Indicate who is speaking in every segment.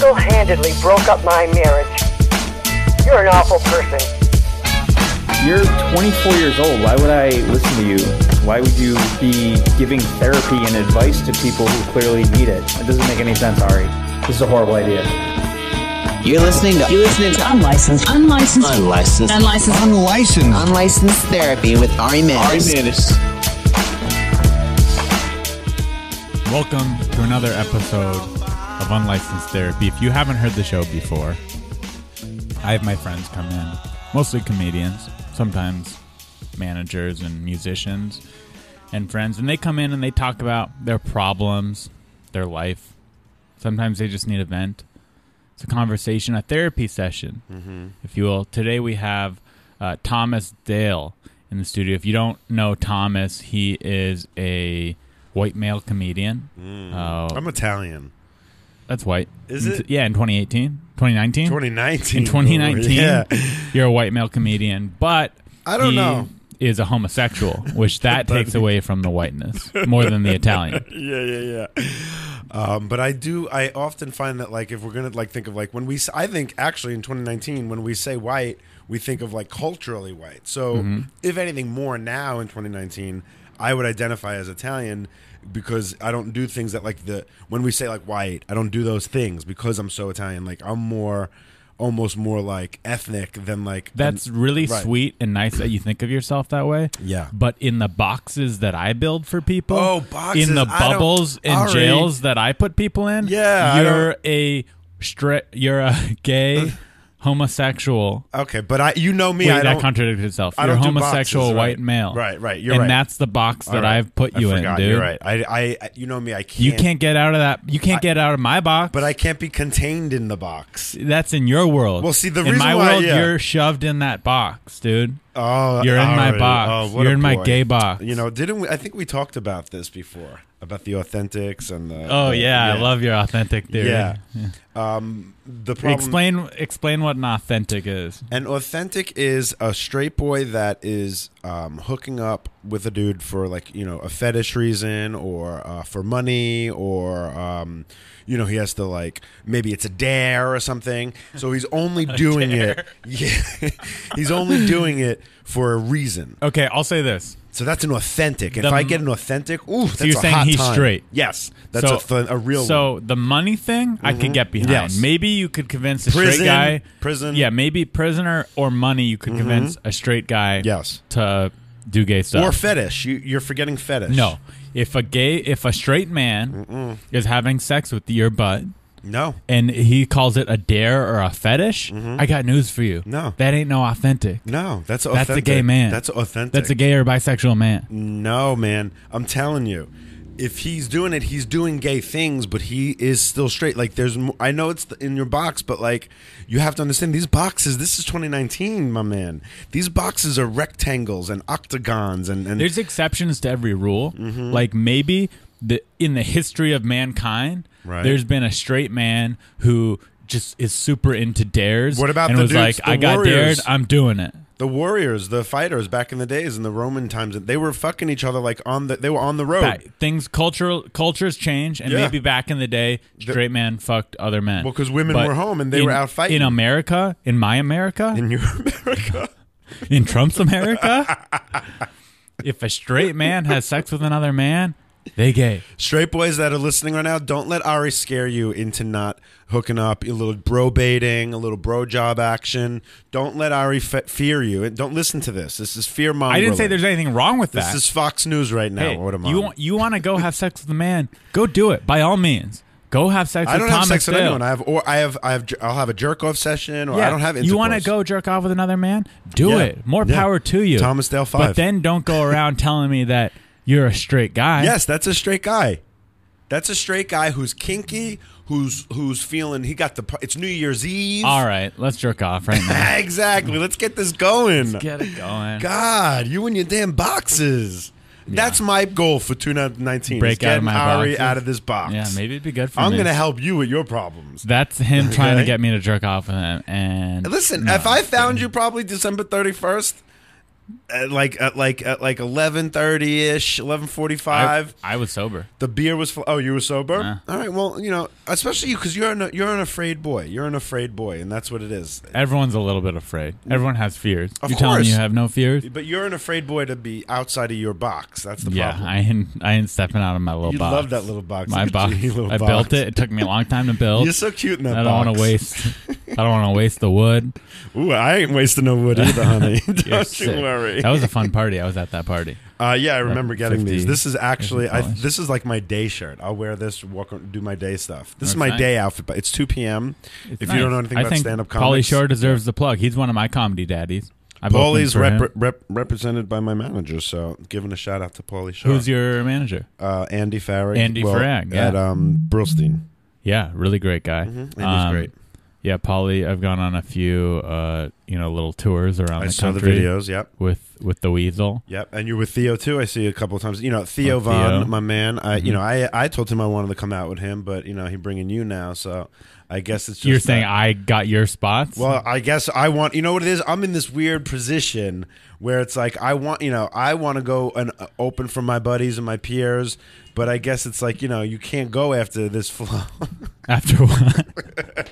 Speaker 1: repeatedly broke up my marriage. You're an awful person.
Speaker 2: You're 24 years old. Why would I listen to you? Why would you be giving therapy and advice to people who clearly need it? It doesn't make any sense, Ari. This is a horrible idea.
Speaker 3: You're listening to You're listening to
Speaker 4: Unlicensed. Unlicensed.
Speaker 3: Unlicensed
Speaker 4: Unlicensed.
Speaker 5: Unlicensed.
Speaker 3: Unlicensed Therapy with Ari Manis.
Speaker 6: Welcome to another episode of Unlicensed Therapy. If you haven't heard the show before, I have my friends come in, mostly comedians, sometimes managers and musicians and friends, and they come in and they talk about their problems, their life. Sometimes they just need a vent. It's a conversation, a therapy session, if you will. Today we have uh, Thomas Dale in the studio. If you don't know Thomas, he is a white male comedian. Uh,
Speaker 7: I'm Italian.
Speaker 6: that's white.
Speaker 7: Mm. Is
Speaker 6: In-
Speaker 7: it?
Speaker 6: Yeah, in 2018, 2019,
Speaker 7: 2019.
Speaker 6: in 2019,
Speaker 7: Oh, Yeah.
Speaker 6: you're a white male comedian, but
Speaker 7: I don't
Speaker 6: he
Speaker 7: know.
Speaker 6: Is a homosexual, which that takes away from the whiteness more than the Italian.
Speaker 7: Yeah, yeah, yeah. Um, but I do. I often find that like if we're gonna like think of like when we, s- I think actually in 2019 when we say white, we think of like culturally white. So
Speaker 6: Mm-hmm.
Speaker 7: if anything more now in 2019, I would identify as Italian because I don't do things that like the when we say like white, I don't do those things because I'm so Italian. Like I'm more, almost more like ethnic than like an-
Speaker 6: That's really
Speaker 7: Right.
Speaker 6: sweet and nice that you think of yourself that way.
Speaker 7: Yeah.
Speaker 6: But in the boxes that I build for people,
Speaker 7: Oh, boxes.
Speaker 6: in the
Speaker 7: I don't-
Speaker 6: bubbles and
Speaker 7: Ari.
Speaker 6: jails that I put people in,
Speaker 7: Yeah, I
Speaker 6: you're a stra- you're a gay homosexual.
Speaker 7: Okay, but I you know me.
Speaker 6: Wait,
Speaker 7: I
Speaker 6: that
Speaker 7: don't,
Speaker 6: contradicted itself.
Speaker 7: I
Speaker 6: you're
Speaker 7: don't do
Speaker 6: homosexual
Speaker 7: boxes, right.
Speaker 6: white male.
Speaker 7: Right, right, you're
Speaker 6: and
Speaker 7: right.
Speaker 6: that's the box
Speaker 7: All
Speaker 6: that
Speaker 7: right.
Speaker 6: I've put you
Speaker 7: I
Speaker 6: in,
Speaker 7: forgot,
Speaker 6: dude.
Speaker 7: You're right. I, I, I- you know me. I can't.
Speaker 6: You can't get out of that. You can't get out of my box.
Speaker 7: But I can't be contained in the box.
Speaker 6: that's in your world.
Speaker 7: Well, see, the
Speaker 6: in
Speaker 7: reason
Speaker 6: my
Speaker 7: why-
Speaker 6: world,
Speaker 7: yeah.
Speaker 6: you're shoved in that box, dude.
Speaker 7: Oh,
Speaker 6: You're in my
Speaker 7: alright.
Speaker 6: box.
Speaker 7: Oh, what
Speaker 6: You're
Speaker 7: a
Speaker 6: in my
Speaker 7: boy.
Speaker 6: gay box.
Speaker 7: You know, didn't we? I think we talked about this before about the authentics and the.
Speaker 6: Oh
Speaker 7: the-
Speaker 6: yeah, I love your authentic theory.
Speaker 7: Yeah. Um, the problem.
Speaker 6: Explain explain what an authentic is.
Speaker 7: An authentic is a straight boy that is um, hooking up with a dude for like you know a fetish reason or uh, for money or um, you know he has to like maybe it's a dare or something. So he's only doing it. Yeah, he's only doing it for a reason.
Speaker 6: Okay, I'll say this.
Speaker 7: So that's an authentic. If
Speaker 6: The-
Speaker 7: I get an authentic, ooh, that's
Speaker 6: you're
Speaker 7: a
Speaker 6: saying
Speaker 7: hot
Speaker 6: he's
Speaker 7: time.
Speaker 6: straight?
Speaker 7: Yes, that's
Speaker 6: so,
Speaker 7: a, th- a real.
Speaker 6: So
Speaker 7: one. Mm-hmm.
Speaker 6: the money thing, I could get behind.
Speaker 7: Yes.
Speaker 6: Maybe you could convince a
Speaker 7: Prison,
Speaker 6: straight guy.
Speaker 7: prison. Mm-hmm.
Speaker 6: Yeah, maybe prisoner or money. You could convince a straight guy.
Speaker 7: Yes.
Speaker 6: To do gay stuff
Speaker 7: or fetish. You, you're forgetting fetish.
Speaker 6: No, if a gay, if a straight man is having sex with your butt,
Speaker 7: no.
Speaker 6: and he calls it a dare or a fetish, I got news for you.
Speaker 7: Mm-hmm. No.
Speaker 6: that ain't no authentic.
Speaker 7: No, that's authentic.
Speaker 6: That's a gay man.
Speaker 7: That's authentic.
Speaker 6: That's a gay or bisexual man.
Speaker 7: No, man. I'm telling you. If he's doing it, he's doing gay things, but he is still straight. Like there's mo- I know it's in your box, but like you have to understand these boxes. This is 2019, my man. These boxes are rectangles and octagons and and
Speaker 6: There's exceptions to every rule.
Speaker 7: Mm-hmm.
Speaker 6: Like maybe the in the history of mankind,
Speaker 7: Right.
Speaker 6: there's been a straight man who just is super into dares.
Speaker 7: What about
Speaker 6: and
Speaker 7: the
Speaker 6: was
Speaker 7: dudes,
Speaker 6: like,
Speaker 7: the
Speaker 6: I got
Speaker 7: warriors?" Oh.
Speaker 6: dared, I'm doing it.
Speaker 7: the warriors, the fighters back in the days in the Roman times, they were fucking each other like on the they were on the road.
Speaker 6: That- things cultural cultures change, and
Speaker 7: Yeah.
Speaker 6: maybe back in the day, straight man fucked other men.
Speaker 7: Well, 'cause women were home and they
Speaker 6: in-
Speaker 7: were out fighting.
Speaker 6: In America, in my America,
Speaker 7: in your America.
Speaker 6: in Trump's America, if a straight man has sex with another man, they gay.
Speaker 7: Straight boys that are listening right now, don't let Ari scare you into not hooking up. A little bro baiting, a little bro job action. Don't let Ari fe- fear you. And don't listen to this. This is fear mongering.
Speaker 6: I didn't say there's anything wrong with
Speaker 7: This
Speaker 6: that.
Speaker 7: is Fox News right now.
Speaker 6: Hey,
Speaker 7: what am I?
Speaker 6: you want you want to go have sex with a man? Go do it by all means. Go have sex
Speaker 7: I
Speaker 6: with
Speaker 7: don't have
Speaker 6: Thomas
Speaker 7: sex with
Speaker 6: Dale.
Speaker 7: anyone. I have or I have I have j- I'll have a jerk off session or
Speaker 6: yeah,
Speaker 7: I don't have.
Speaker 6: you want to
Speaker 7: intercourse.
Speaker 6: go jerk off with another man? Do
Speaker 7: Yeah.
Speaker 6: it. More
Speaker 7: Yeah.
Speaker 6: power to you.
Speaker 7: Thomas Dale
Speaker 6: But
Speaker 7: five.
Speaker 6: then don't go around telling me that you're a straight guy.
Speaker 7: Yes, that's a straight guy. That's a straight guy who's kinky, who's who's feeling he got the. par- It's New Year's Eve.
Speaker 6: All right, let's jerk off right now.
Speaker 7: exactly. Let's get this going.
Speaker 6: Get it going.
Speaker 7: God, you and your damn boxes. That's my goal for 2019.
Speaker 6: Break
Speaker 7: is getting
Speaker 6: out of my
Speaker 7: Ari
Speaker 6: boxes.
Speaker 7: out of this box.
Speaker 6: Yeah, maybe it'd be good for
Speaker 7: I'm
Speaker 6: me.
Speaker 7: gonna help you with your problems.
Speaker 6: That's him trying to
Speaker 7: Okay.
Speaker 6: get me to jerk off with him. And
Speaker 7: Listen,
Speaker 6: no.
Speaker 7: if I found you probably December 31st, at like at like at like eleven thirty ish, eleven forty
Speaker 6: I,
Speaker 7: five.
Speaker 6: I was sober.
Speaker 7: The beer was. Fl- oh, you were sober.
Speaker 6: Yeah.
Speaker 7: All right. Well, you know, especially you because you're an you're an afraid boy. You're an afraid boy, and that's what it is.
Speaker 6: Everyone's a little bit afraid. Everyone has fears.
Speaker 7: Of
Speaker 6: you telling me you
Speaker 7: course.
Speaker 6: have no fears?
Speaker 7: But you're an afraid boy to be outside of your box. That's the
Speaker 6: Yeah,
Speaker 7: problem.
Speaker 6: I ain't, I ain't stepping out of my little
Speaker 7: You
Speaker 6: box.
Speaker 7: love that little box.
Speaker 6: My
Speaker 7: Look at
Speaker 6: box.
Speaker 7: you, little
Speaker 6: I
Speaker 7: box.
Speaker 6: built it. It took me a long time to build.
Speaker 7: You're so cute in that
Speaker 6: I don't
Speaker 7: box.
Speaker 6: want to waste. I don't want to waste the wood.
Speaker 7: Ooh, I ain't wasting no wood either, honey. don't
Speaker 6: You're
Speaker 7: you
Speaker 6: sick.
Speaker 7: worry.
Speaker 6: That was a fun party. I was at that party.
Speaker 7: Uh, yeah, I remember getting
Speaker 6: 50
Speaker 7: these. This is actually, I,
Speaker 6: dollars.
Speaker 7: this is like my day shirt. I'll wear this, walk, do my day stuff. This
Speaker 6: That's
Speaker 7: is my
Speaker 6: nice.
Speaker 7: day outfit. But it's two p.m.
Speaker 6: It's
Speaker 7: if
Speaker 6: nice.
Speaker 7: you don't know anything
Speaker 6: I
Speaker 7: about
Speaker 6: think
Speaker 7: stand-up
Speaker 6: Pauly
Speaker 7: comedy,
Speaker 6: Shore deserves the plug. He's one of my comedy daddies. I've opened
Speaker 7: Paulie's
Speaker 6: for him.
Speaker 7: rep, rep, represented by my manager, so giving a shout out to Paulie Shore.
Speaker 6: Who's your manager?
Speaker 7: uh, Andy Farag?
Speaker 6: Andy Farag, yeah.
Speaker 7: at um, Brillstein.
Speaker 6: Yeah, really great guy. Um,
Speaker 7: Andy's Mm-hmm. great.
Speaker 6: Yeah, Polly. I've gone on a few, uh, you know, little tours around
Speaker 7: I
Speaker 6: the
Speaker 7: saw the
Speaker 6: country
Speaker 7: videos. Yep.
Speaker 6: with with the weasel.
Speaker 7: Yep, and you're with Theo too. I see you a couple of times. You know Theo
Speaker 6: With
Speaker 7: Vaughn,
Speaker 6: Theo. Mm-hmm.
Speaker 7: my man. I you know I I told him I wanted to come out with him, but you know he bringing you now, so I guess it's just
Speaker 6: You're saying
Speaker 7: that-
Speaker 6: I got your spots?
Speaker 7: Well, I guess I want. You know what it is? I'm in this weird position where it's like I want. You know, I want to go and uh, open for my buddies and my peers, but I guess it's like you know you can't go after this flow.
Speaker 6: after what?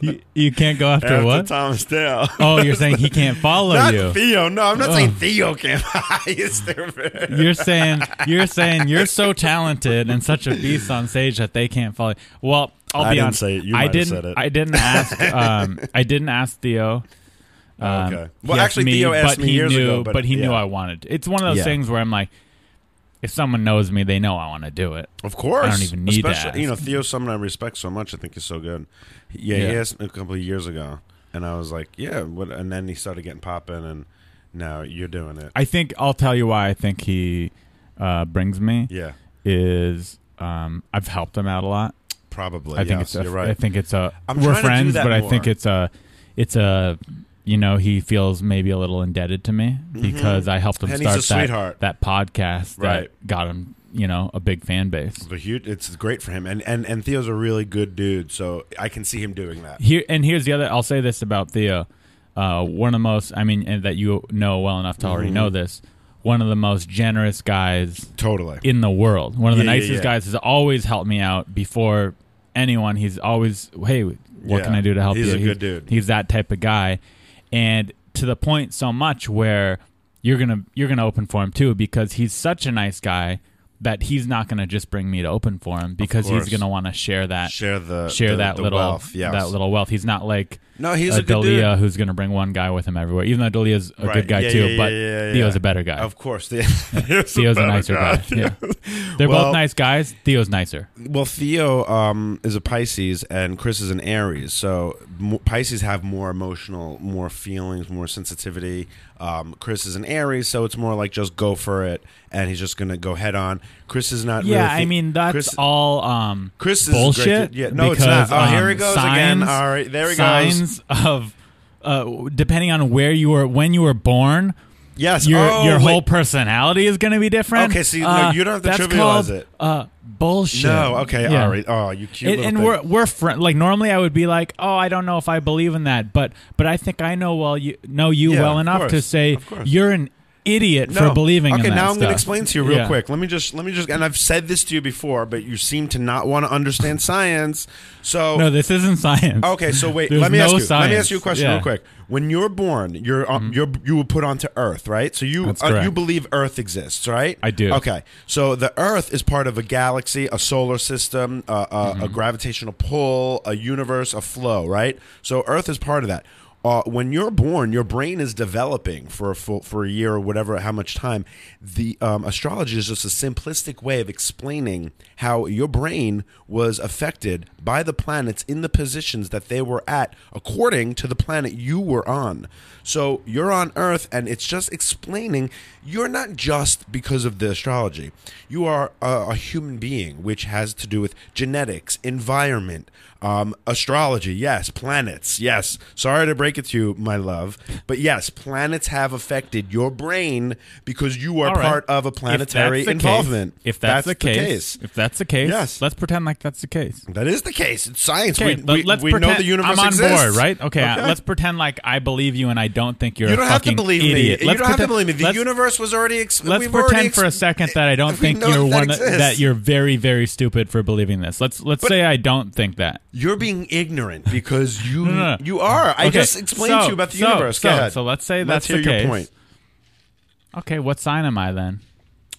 Speaker 6: you, you can't go after,
Speaker 7: after
Speaker 6: what?
Speaker 7: Thomas Dale.
Speaker 6: Oh, you're saying he can't follow
Speaker 7: Not
Speaker 6: you.
Speaker 7: Theo. No, I'm not
Speaker 6: Oh.
Speaker 7: saying Theo can't. you stupid.
Speaker 6: You're saying you're saying you're so talented and such a beast on stage that they can't follow. you. Well, I'll
Speaker 7: I
Speaker 6: be
Speaker 7: didn't
Speaker 6: honest.
Speaker 7: say it. You
Speaker 6: I
Speaker 7: might have
Speaker 6: didn't.
Speaker 7: said it.
Speaker 6: I didn't ask. Um, I didn't ask Theo. Um,
Speaker 7: Oh, Okay.
Speaker 6: he
Speaker 7: Well,
Speaker 6: asked
Speaker 7: actually,
Speaker 6: me,
Speaker 7: Theo asked
Speaker 6: but
Speaker 7: me
Speaker 6: he
Speaker 7: years
Speaker 6: knew,
Speaker 7: ago, but-
Speaker 6: he knew
Speaker 7: yeah.
Speaker 6: I wanted. to. It's one of those
Speaker 7: Yeah.
Speaker 6: things where I'm like, if someone knows me, they know I want to do it.
Speaker 7: Of course,
Speaker 6: I don't even need to
Speaker 7: Especially,
Speaker 6: ask.
Speaker 7: You know, Theo's someone I respect so much. I think he's so good. Yeah, he
Speaker 6: Yeah.
Speaker 7: asked me a couple of years ago, and I was like, "Yeah," what, and then he started getting popping, and now you're doing it.
Speaker 6: I think I'll tell you why I think he uh, brings me
Speaker 7: yeah,
Speaker 6: is um, I've helped him out a lot.
Speaker 7: probably.
Speaker 6: I think
Speaker 7: yes,
Speaker 6: it's a,
Speaker 7: you're right.
Speaker 6: I think it's a
Speaker 7: I'm
Speaker 6: we're
Speaker 7: trying to do
Speaker 6: friends,
Speaker 7: that
Speaker 6: but I
Speaker 7: more.
Speaker 6: think it's a it's a you know he feels maybe a little indebted to me because I helped him
Speaker 7: Mm-hmm. And he's
Speaker 6: start that,
Speaker 7: a sweetheart.
Speaker 6: that podcast
Speaker 7: Right.
Speaker 6: that got him you know a big fan base.
Speaker 7: but he, it's great for him, and, and and Theo's a really good dude, so I can see him doing that.
Speaker 6: Here and here's the other. I'll say this about Theo. Uh, one of the most, I mean, and that you know well enough to
Speaker 7: Mm-hmm.
Speaker 6: already know this. One of the most generous guys
Speaker 7: Totally.
Speaker 6: in the world. One of the
Speaker 7: Yeah, yeah,
Speaker 6: nicest
Speaker 7: yeah.
Speaker 6: guys has always helped me out before anyone. He's always, hey, what
Speaker 7: Yeah.
Speaker 6: can I do to help
Speaker 7: He's
Speaker 6: you?
Speaker 7: a good dude.
Speaker 6: He's that type of guy, and to the point so much where you're gonna you're gonna open for him too because he's such a nice guy that he's not gonna just bring me to open for him because he's
Speaker 7: course.
Speaker 6: gonna want to share that
Speaker 7: Share the-
Speaker 6: share
Speaker 7: the-
Speaker 6: that
Speaker 7: the
Speaker 6: little
Speaker 7: wealth, yes.
Speaker 6: that little wealth. He's not like
Speaker 7: No, he's a good
Speaker 6: Dalia
Speaker 7: dude.
Speaker 6: who's gonna bring one guy with him everywhere. Even though Dalia's a
Speaker 7: Right.
Speaker 6: good guy
Speaker 7: Yeah,
Speaker 6: too,
Speaker 7: yeah,
Speaker 6: but
Speaker 7: yeah, yeah, yeah.
Speaker 6: Theo's a better guy.
Speaker 7: Of course, Theo- Theo's
Speaker 6: Theo's a
Speaker 7: better
Speaker 6: nicer guy. Yeah. They're both
Speaker 7: Well-
Speaker 6: nice guys. Theo's nicer.
Speaker 7: Well, Theo um, is a Pisces and Chris is an Aries, so mo- Pisces have more emotional, more feelings, more sensitivity. Um, Chris is an Aries, so it's more like just go for it, and he's just gonna go head on. Chris is not.
Speaker 6: Yeah,
Speaker 7: really
Speaker 6: I
Speaker 7: thi-
Speaker 6: mean that's
Speaker 7: Chris,
Speaker 6: all um
Speaker 7: Chris is a great
Speaker 6: bullshit.
Speaker 7: dude. Yeah, no, it's
Speaker 6: because,
Speaker 7: not. Oh, here
Speaker 6: um,
Speaker 7: he goes again.
Speaker 6: signs,
Speaker 7: All right, there he goes.
Speaker 6: signs of uh, depending on where you were when you were born.
Speaker 7: yes,
Speaker 6: Your
Speaker 7: oh,
Speaker 6: your
Speaker 7: wait.
Speaker 6: whole personality is going to be different.
Speaker 7: Okay, see, no,
Speaker 6: Uh,
Speaker 7: you don't have to
Speaker 6: that's
Speaker 7: trivialize
Speaker 6: called,
Speaker 7: it.
Speaker 6: Uh, bullshit.
Speaker 7: No, okay,
Speaker 6: Yeah.
Speaker 7: all right. Oh, you cute.
Speaker 6: And,
Speaker 7: little
Speaker 6: and
Speaker 7: thing.
Speaker 6: we're we're friend. Like normally, I would be like, "Oh, I don't know if I believe in that," but but I think I know well you know you
Speaker 7: Yeah,
Speaker 6: well
Speaker 7: of
Speaker 6: enough to
Speaker 7: course,
Speaker 6: say
Speaker 7: of course.
Speaker 6: you're an idiot for believing.
Speaker 7: Okay,
Speaker 6: in that
Speaker 7: now I'm going
Speaker 6: stuff.
Speaker 7: to explain to you real
Speaker 6: Yeah.
Speaker 7: quick. Let me just let me just and I've said this to you before, but you seem to not want to understand science. So
Speaker 6: No, this isn't science.
Speaker 7: Oh. Okay, so wait.
Speaker 6: There's
Speaker 7: let me
Speaker 6: no
Speaker 7: ask you. Let me
Speaker 6: science.
Speaker 7: ask you a question
Speaker 6: Yeah. Mm-hmm.
Speaker 7: real quick. When you're born, you're um, you're you were put onto Earth, right? So you
Speaker 6: That's
Speaker 7: uh,
Speaker 6: correct.
Speaker 7: you believe Earth exists, right?
Speaker 6: I do.
Speaker 7: Okay, so the Earth is part of a galaxy, a solar system, uh, uh,
Speaker 6: Mm-hmm.
Speaker 7: a gravitational pull, a universe, a flow, right? So Earth is part of that. Uh, when you're born, your brain is developing for a full, for a year or whatever, how much time. The um, astrology is just a simplistic way of explaining how your brain was affected by the planets in the positions that they were at, according to the planet you were on. So you're on Earth, and it's just explaining you're not just because of the astrology. You are a, a human being, which has to do with genetics, environment, Um, astrology, yes. Planets, yes. Sorry to break it to you, my love, but yes, planets have affected your brain because you are
Speaker 6: All right.
Speaker 7: part of a
Speaker 6: If that's
Speaker 7: planetary
Speaker 6: the case-
Speaker 7: involvement.
Speaker 6: if that's, the, case, if that's the case,
Speaker 7: Yes.
Speaker 6: let's pretend like that's the case.
Speaker 7: that is the case. It's science.
Speaker 6: Okay,
Speaker 7: we
Speaker 6: let-
Speaker 7: we,
Speaker 6: let's
Speaker 7: we
Speaker 6: pretend
Speaker 7: know the universe
Speaker 6: I'm on
Speaker 7: exists.
Speaker 6: board, right? Okay, uh,
Speaker 7: Okay.
Speaker 6: let's pretend like I believe you and I don't think you're
Speaker 7: You
Speaker 6: a
Speaker 7: don't have to
Speaker 6: fucking
Speaker 7: believe
Speaker 6: idiot.
Speaker 7: me.
Speaker 6: Let's
Speaker 7: you don't have to
Speaker 6: pretend-
Speaker 7: believe me. The
Speaker 6: let's-
Speaker 7: universe was already. Ex-
Speaker 6: Let's
Speaker 7: we've already
Speaker 6: pretend
Speaker 7: ex-
Speaker 6: for a second that I don't
Speaker 7: we
Speaker 6: think
Speaker 7: know
Speaker 6: you're
Speaker 7: that
Speaker 6: one
Speaker 7: exists.
Speaker 6: that you're very very stupid for believing this. Let's let's say I don't think that.
Speaker 7: You're being ignorant because you
Speaker 6: No, no, no.
Speaker 7: you are. I
Speaker 6: Okay,
Speaker 7: just explained
Speaker 6: so-
Speaker 7: to you about the
Speaker 6: so-
Speaker 7: universe. Go
Speaker 6: so-
Speaker 7: ahead.
Speaker 6: so let's say that's
Speaker 7: hear
Speaker 6: the
Speaker 7: your
Speaker 6: case.
Speaker 7: point.
Speaker 6: Okay, what sign am I then?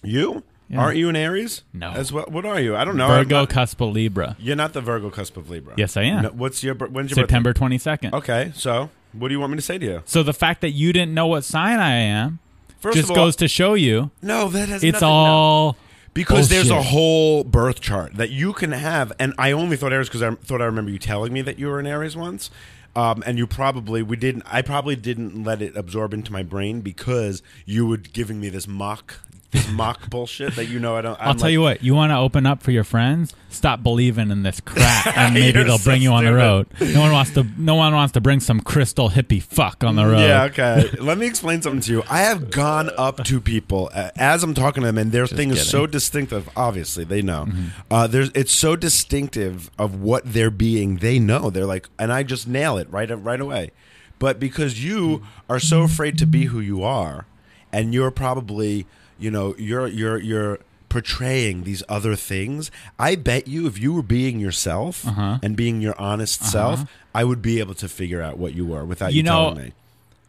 Speaker 7: You aren't you an Aries?
Speaker 6: No.
Speaker 7: As well, what are you? I don't know. I'm
Speaker 6: Virgo,
Speaker 7: not-
Speaker 6: cusp, Libra.
Speaker 7: You're not the Virgo cusp of Libra.
Speaker 6: Yes, I am.
Speaker 7: No, what's your bir- when's your
Speaker 6: September 22nd.
Speaker 7: Birthday? Okay, so what do you want me to say to you?
Speaker 6: So the fact that you didn't know what sign I am
Speaker 7: First
Speaker 6: just
Speaker 7: of all,
Speaker 6: goes to show you
Speaker 7: no, that has
Speaker 6: it's
Speaker 7: nothing-
Speaker 6: all
Speaker 7: because there's a
Speaker 6: bullshit.
Speaker 7: whole birth chart that you can have, and I only thought Aries because I thought I remember you telling me that you were an Aries once, um, and you probably we didn't. I probably didn't let it absorb into my brain because you were giving me this mock, this mock bullshit that you know I don't. I'm
Speaker 6: I'll tell
Speaker 7: like,
Speaker 6: you what, you want to open up for your friends? Stop believing in this crap and maybe
Speaker 7: You're
Speaker 6: they'll
Speaker 7: so
Speaker 6: bring you on the
Speaker 7: stupid.
Speaker 6: road. No one wants to no one wants to bring some crystal hippie fuck on the road.
Speaker 7: Yeah, okay. Let me explain something to you. I have gone up to people uh, as I'm talking to them, and their thing is
Speaker 6: kidding. Mm-hmm.
Speaker 7: so distinctive. Obviously, they know. Uh, there's it's so distinctive of what they're being. They know. They're like, and I just nail it right right away. But because you are so afraid to be who you are, and you're probably, you know, you're you're you're portraying these other things. I bet you if you were being yourself
Speaker 6: Uh-huh.
Speaker 7: and being your honest self, I would be able to figure out what you were without you,
Speaker 6: You know,
Speaker 7: telling me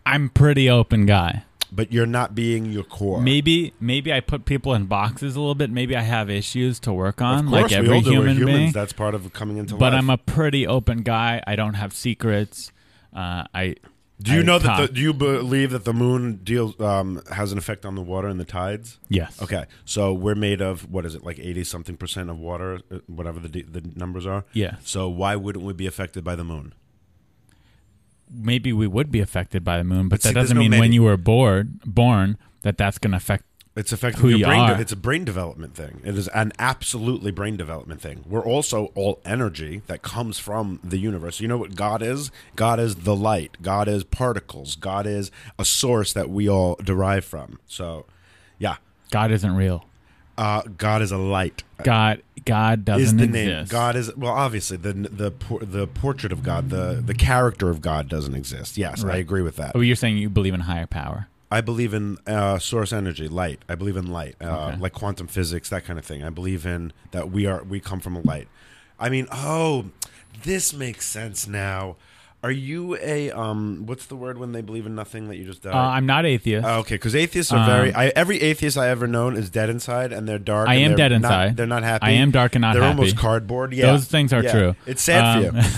Speaker 6: I'm pretty open guy.
Speaker 7: but you're not being your core.
Speaker 6: Maybe maybe I put people in boxes a little bit. Maybe I have issues to work on
Speaker 7: of course,
Speaker 6: like every
Speaker 7: we all do. We're
Speaker 6: human
Speaker 7: humans.
Speaker 6: being.
Speaker 7: That's part of coming into
Speaker 6: but
Speaker 7: life.
Speaker 6: I'm a pretty open guy. I don't have secrets. Uh, I
Speaker 7: do you
Speaker 6: I
Speaker 7: know that?
Speaker 6: talk.
Speaker 7: The, do you believe that the moon deals um, has an effect on the water and the tides?
Speaker 6: yes.
Speaker 7: Okay, so we're made of what is it like eighty something percent of water, uh, whatever the d- the numbers are.
Speaker 6: Yeah.
Speaker 7: So why wouldn't we be affected by the moon?
Speaker 6: Maybe we would be affected by the moon, but,
Speaker 7: But see,
Speaker 6: that
Speaker 7: there's
Speaker 6: doesn't
Speaker 7: no
Speaker 6: mean when
Speaker 7: many-
Speaker 6: you were born born that that's going to affect.
Speaker 7: It's affecting
Speaker 6: Who
Speaker 7: your
Speaker 6: you
Speaker 7: brain.
Speaker 6: are.
Speaker 7: De- it's a brain development thing. It is an absolutely brain development thing. We're also all energy that comes from the universe. You know what God is? God is the light. God is particles. God is a source that we all derive from. So, yeah,
Speaker 6: God isn't real.
Speaker 7: uh, God is a light.
Speaker 6: God God doesn't
Speaker 7: Uh, Is the
Speaker 6: exist.
Speaker 7: name God is well? Obviously, the the por- the portrait of God, the the character of God doesn't exist. Yes, I agree with that.
Speaker 6: Oh, you're saying you believe in higher power.
Speaker 7: I believe in uh, source energy, light. I believe in light, uh, like quantum physics, that kind of thing. I believe in that we are we come from a light. I mean, oh, this makes sense now. Are you a um? What's the word when they believe in nothing that you just die?
Speaker 6: Uh, I'm not atheist.
Speaker 7: Oh, okay, because atheists are very. I, every atheist I ever known is dead inside, and they're dark.
Speaker 6: I
Speaker 7: and
Speaker 6: am
Speaker 7: they're
Speaker 6: dead
Speaker 7: not-
Speaker 6: inside.
Speaker 7: they're not happy.
Speaker 6: I am dark and not
Speaker 7: they're
Speaker 6: happy.
Speaker 7: almost cardboard. Yeah,
Speaker 6: Those things are
Speaker 7: Yeah.
Speaker 6: true.
Speaker 7: It's sad for
Speaker 6: Um,
Speaker 7: you.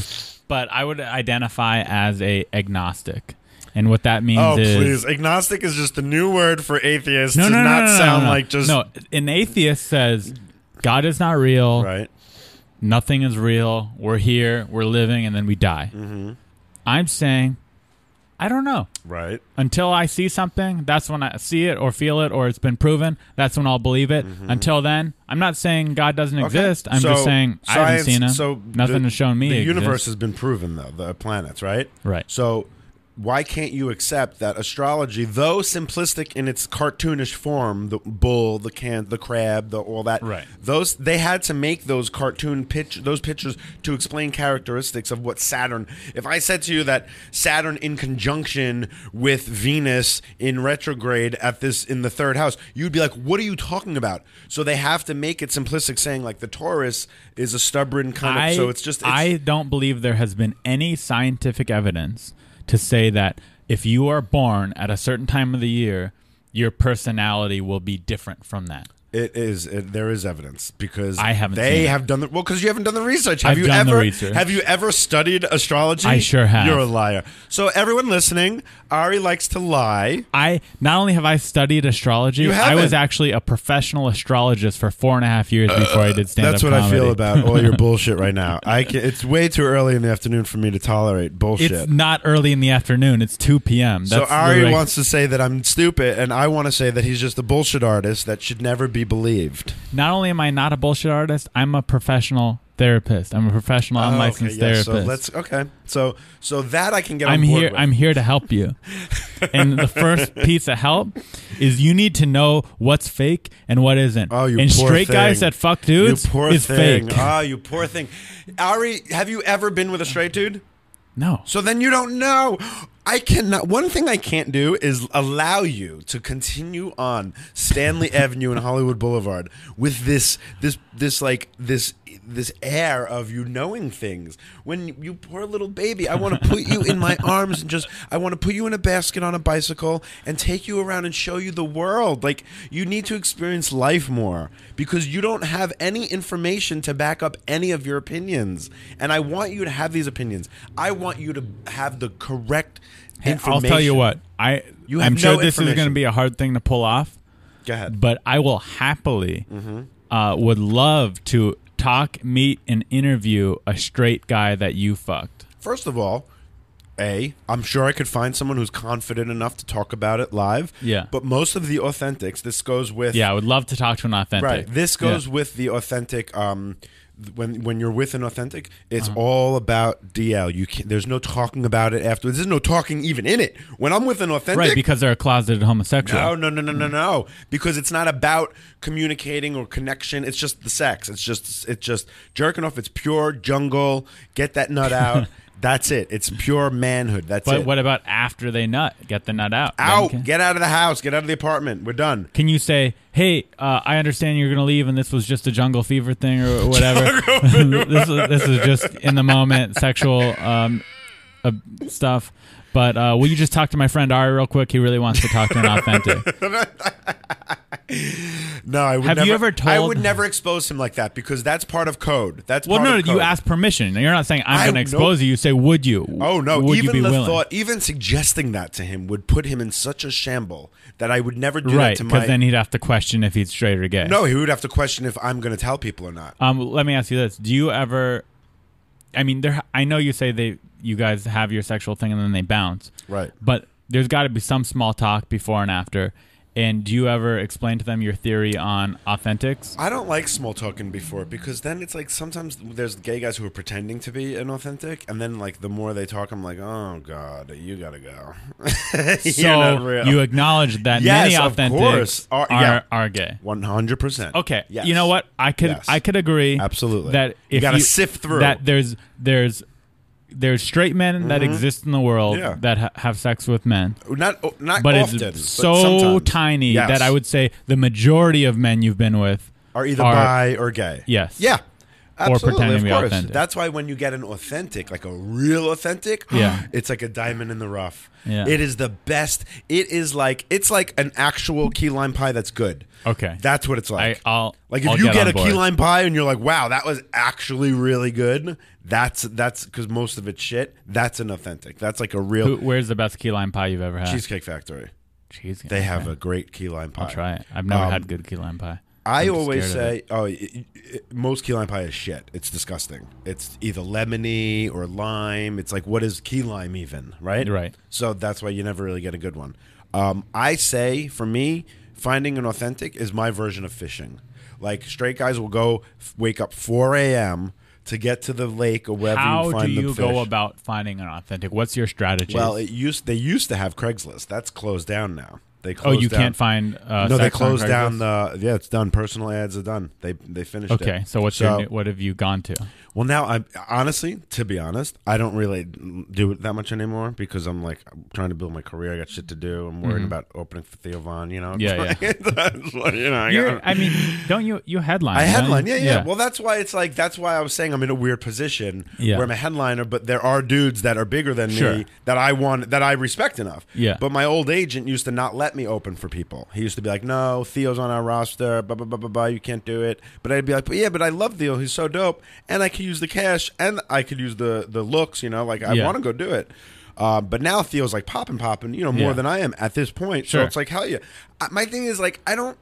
Speaker 6: but I would identify as a agnostic, and what that means
Speaker 7: Oh,
Speaker 6: is
Speaker 7: please! Agnostic is just the new word for atheist.
Speaker 6: no,
Speaker 7: to
Speaker 6: no, no, no,
Speaker 7: not
Speaker 6: no,
Speaker 7: sound
Speaker 6: no, no.
Speaker 7: like just
Speaker 6: no. An atheist says God is not real.
Speaker 7: right.
Speaker 6: Nothing is real. We're here. We're living, and then we die.
Speaker 7: Mm-hmm.
Speaker 6: I'm saying, I don't know.
Speaker 7: Right.
Speaker 6: Until I see something, that's when I see it or feel it or it's been proven. That's when I'll believe it. Until then, I'm not saying God doesn't
Speaker 7: Mm-hmm. Okay.
Speaker 6: exist. I'm
Speaker 7: So,
Speaker 6: just saying I haven't
Speaker 7: science-
Speaker 6: seen him.
Speaker 7: So
Speaker 6: Nothing
Speaker 7: the,
Speaker 6: has shown me.
Speaker 7: The
Speaker 6: it
Speaker 7: universe
Speaker 6: exists.
Speaker 7: has been proven, though the planets, right?
Speaker 6: Right.
Speaker 7: So why can't you accept that astrology, though simplistic in its cartoonish form, the bull, the can, the crab, the all that,
Speaker 6: Right.
Speaker 7: Those they had to make those cartoon pitch those pictures to explain characteristics of what Saturn. If I said to you that Saturn in conjunction with Venus in retrograde at this in the third house, you'd be like, "What are you talking about?" So they have to make it simplistic, saying like the Taurus is a stubborn kind
Speaker 6: I,
Speaker 7: of. So it's just it's,
Speaker 6: I don't believe there has been any scientific evidence to say that if you are born at a certain time of the year, your personality will be different from that.
Speaker 7: It is. It, there is evidence because
Speaker 6: I haven't
Speaker 7: They
Speaker 6: seen it.
Speaker 7: have done the well because you haven't done the research. Have
Speaker 6: I've
Speaker 7: you
Speaker 6: done the
Speaker 7: ever?
Speaker 6: research.
Speaker 7: Have you ever studied astrology?
Speaker 6: I sure have.
Speaker 7: You're a liar. So everyone listening, Ari likes to lie.
Speaker 6: I not only have I studied astrology,
Speaker 7: You
Speaker 6: I was
Speaker 7: haven't.
Speaker 6: actually a professional astrologist for four and a half years before I did stand up.
Speaker 7: Uh, That's what I feel about all your bullshit right now. I can, it's way too early in the afternoon for me to tolerate bullshit.
Speaker 6: It's not early in the afternoon. It's two p.m.
Speaker 7: so
Speaker 6: That's
Speaker 7: Ari
Speaker 6: like-
Speaker 7: wants to say that I'm stupid, and I want to say that he's just a bullshit artist that should never be believed.
Speaker 6: Not only am I not a bullshit artist, I'm a professional therapist. I'm a professional
Speaker 7: Oh,
Speaker 6: unlicensed
Speaker 7: okay, yeah,
Speaker 6: therapist.
Speaker 7: So let's okay. So so that I can get. On
Speaker 6: I'm
Speaker 7: board
Speaker 6: here.
Speaker 7: With.
Speaker 6: I'm here to help you. and the first piece of help is you need to know what's fake and what isn't.
Speaker 7: Oh, you
Speaker 6: and
Speaker 7: poor
Speaker 6: straight guys
Speaker 7: thing.
Speaker 6: that fuck dudes
Speaker 7: you poor
Speaker 6: is
Speaker 7: thing.
Speaker 6: fake.
Speaker 7: Ah, you poor thing. Ari, have you ever been with a straight dude?
Speaker 6: no,
Speaker 7: So then you don't know. I cannot. One thing I can't do is allow you to continue on Stanley Avenue and Hollywood Boulevard with this, this, this, like this, this air of you knowing things. When you poor little baby, I want to put you in my arms and just, I want to put you in a basket on a bicycle and take you around and show you the world. Like you need to experience life more because you don't have any information to back up any of your opinions. And I want you to have these opinions. I want you to have the correct
Speaker 6: Hey, I'll
Speaker 7: information.
Speaker 6: tell you what. I
Speaker 7: You
Speaker 6: I'm
Speaker 7: have
Speaker 6: sure
Speaker 7: no
Speaker 6: this is going to
Speaker 7: information.
Speaker 6: be a hard thing to pull off,
Speaker 7: Go ahead.
Speaker 6: but I will happily
Speaker 7: Mm-hmm.
Speaker 6: uh, would love to talk, meet, and interview a straight guy that you fucked.
Speaker 7: First of all, A, I'm sure I could find someone who's confident enough to talk about it live.
Speaker 6: Yeah.
Speaker 7: But most of the authentics, this goes with
Speaker 6: Yeah, I would love to talk to an authentic.
Speaker 7: Right. This goes
Speaker 6: Yeah.
Speaker 7: with the authentic. Um, th- when when you're with an authentic, it's
Speaker 6: Uh-huh.
Speaker 7: all about DL. You can There's no talking about it afterwards. There's no talking even in it. When I'm with an authentic,
Speaker 6: right because Mm-hmm. they're a closeted homosexual.
Speaker 7: no, no, no, no, no, no, because it's not about communicating or connection. It's just the sex. It's just it's just jerking off. It's pure jungle. Get that nut out. That's it. It's pure manhood. That's
Speaker 6: But
Speaker 7: it.
Speaker 6: what about after they nut? Get the nut out. Then
Speaker 7: out.
Speaker 6: Can,
Speaker 7: Get out of the house. Get out of the apartment. We're done.
Speaker 6: can you say, "Hey, uh, I understand you're going to leave, and this was just a jungle fever thing or whatever. this is this is just in the moment sexual um, uh, stuff." But uh, will you just talk to my friend Ari real quick? He really wants to talk to an authentic.
Speaker 7: No, I would
Speaker 6: Have you
Speaker 7: never,
Speaker 6: ever
Speaker 7: I
Speaker 6: told-
Speaker 7: would never expose him like that because that's part of code. That's
Speaker 6: well,
Speaker 7: part
Speaker 6: no,
Speaker 7: of
Speaker 6: you
Speaker 7: code.
Speaker 6: ask permission. You're not saying I'm
Speaker 7: I-
Speaker 6: going to expose
Speaker 7: nope.
Speaker 6: you. You say, "Would you?"
Speaker 7: Oh no!
Speaker 6: Would
Speaker 7: even
Speaker 6: you be
Speaker 7: the
Speaker 6: willing?
Speaker 7: thought, even suggesting that to him would put him in such a shamble that I would never do
Speaker 6: right?
Speaker 7: that to
Speaker 6: Because
Speaker 7: my.
Speaker 6: then he'd have to question if he's straight or gay.
Speaker 7: no, he would have to question if I'm going to tell people or not.
Speaker 6: Um, let me ask you this: Do you ever? I mean, there. I know you say they, you guys have your sexual thing and then they bounce,
Speaker 7: Right.
Speaker 6: But there's got to be some small talk before and after. And do you ever explain to them your theory on authentics?
Speaker 7: I don't like small talking before because then it's like sometimes there's gay guys who are pretending to be inauthentic, and then like the more they talk, I'm like, oh god, you gotta go. You're not
Speaker 6: so
Speaker 7: real.
Speaker 6: you acknowledge that
Speaker 7: Yes,
Speaker 6: many
Speaker 7: of
Speaker 6: authentics
Speaker 7: course.
Speaker 6: are
Speaker 7: Are- yeah.
Speaker 6: are gay.
Speaker 7: 100%.
Speaker 6: Okay,
Speaker 7: Yes.
Speaker 6: you know what? I could
Speaker 7: Yes.
Speaker 6: I could agree
Speaker 7: Absolutely.
Speaker 6: that if
Speaker 7: You gotta sift through.
Speaker 6: that there's there's there's straight men that exist in the world
Speaker 7: Mm-hmm. Yeah.
Speaker 6: that ha- have sex with men.
Speaker 7: Not oh, not
Speaker 6: but
Speaker 7: often, but
Speaker 6: it's so
Speaker 7: sometimes.
Speaker 6: tiny
Speaker 7: Yes.
Speaker 6: that I would say the majority of men you've been with
Speaker 7: are either bi or gay.
Speaker 6: Yes.
Speaker 7: Yeah.
Speaker 6: Or
Speaker 7: Absolutely,
Speaker 6: pretend to
Speaker 7: of
Speaker 6: be
Speaker 7: course.
Speaker 6: authentic.
Speaker 7: That's why when you get an authentic, like a real authentic,
Speaker 6: Yeah.
Speaker 7: it's like a diamond in the rough.
Speaker 6: Yeah.
Speaker 7: It is the best. It is like it's like an actual key lime pie that's good.
Speaker 6: Okay.
Speaker 7: That's what it's like.
Speaker 6: I- I'll-
Speaker 7: like if
Speaker 6: I'll
Speaker 7: you
Speaker 6: get
Speaker 7: get,
Speaker 6: on
Speaker 7: a key
Speaker 6: board.
Speaker 7: lime pie and you're like, wow, that was actually really good. That's that's because most of it's shit. That's an authentic. That's like a real
Speaker 6: Who, where's the best key lime pie you've ever had?
Speaker 7: cheesecake factory.
Speaker 6: Cheesecake.
Speaker 7: They have a great key lime pie.
Speaker 6: I'll try it. I've never
Speaker 7: Um,
Speaker 6: had good key lime pie.
Speaker 7: I
Speaker 6: I'm
Speaker 7: always
Speaker 6: scared of it.
Speaker 7: say, oh, y y- y- most key lime pie is shit. It's disgusting. It's either lemony or lime. It's like, what is key lime even, right?
Speaker 6: Right.
Speaker 7: So that's why you never really get a good one. Um, I say, for me, finding an authentic is my version of fishing. Like straight guys will go f- wake up 4 a.m. to get to the lake or wherever you
Speaker 6: How do
Speaker 7: find
Speaker 6: you
Speaker 7: them fish.
Speaker 6: go about finding an authentic? What's your strategy?
Speaker 7: Well, it used they used to have Craigslist. That's closed down now. They
Speaker 6: oh,
Speaker 7: closed
Speaker 6: you
Speaker 7: down-
Speaker 6: can't find. Uh,
Speaker 7: no, they
Speaker 6: sex on
Speaker 7: closed down
Speaker 6: Craigslist?
Speaker 7: the. Yeah, it's done. Personal ads are done. They they finished. it.
Speaker 6: Okay, so what's your new, what have you gone to?
Speaker 7: well now? I'm honestly, to be honest, I don't really do it that much anymore because I'm like I'm trying to build my career. I got shit to do. I'm worrying about opening for Theo Von. You know.
Speaker 6: Mm-hmm. Yeah, yeah.
Speaker 7: It's like, you know, I,
Speaker 6: You're,
Speaker 7: got-
Speaker 6: I mean, don't you you headline?
Speaker 7: I
Speaker 6: don't
Speaker 7: headline.
Speaker 6: you?
Speaker 7: Yeah, yeah, Well, that's why it's like that's why I was saying I'm in a weird position
Speaker 6: Yeah.
Speaker 7: where I'm a headliner, but there are dudes that are bigger than
Speaker 6: Sure.
Speaker 7: me that I want that I respect enough.
Speaker 6: Yeah.
Speaker 7: But my old agent used to not let me open for people. He used to be like, "No, Theo's on our roster. Blah blah blah blah blah. You can't do it." But I'd be like, "But yeah, but I love Theo. He's so dope, and I could use the cash, and I could use the the looks. You know, like I
Speaker 6: Yeah.
Speaker 7: want to go do it." Uh, but now Theo's like popping, popping, you know, more
Speaker 6: Yeah.
Speaker 7: than I am at this point.
Speaker 6: Sure.
Speaker 7: So it's like, hell yeah. I, my thing is like, I don't.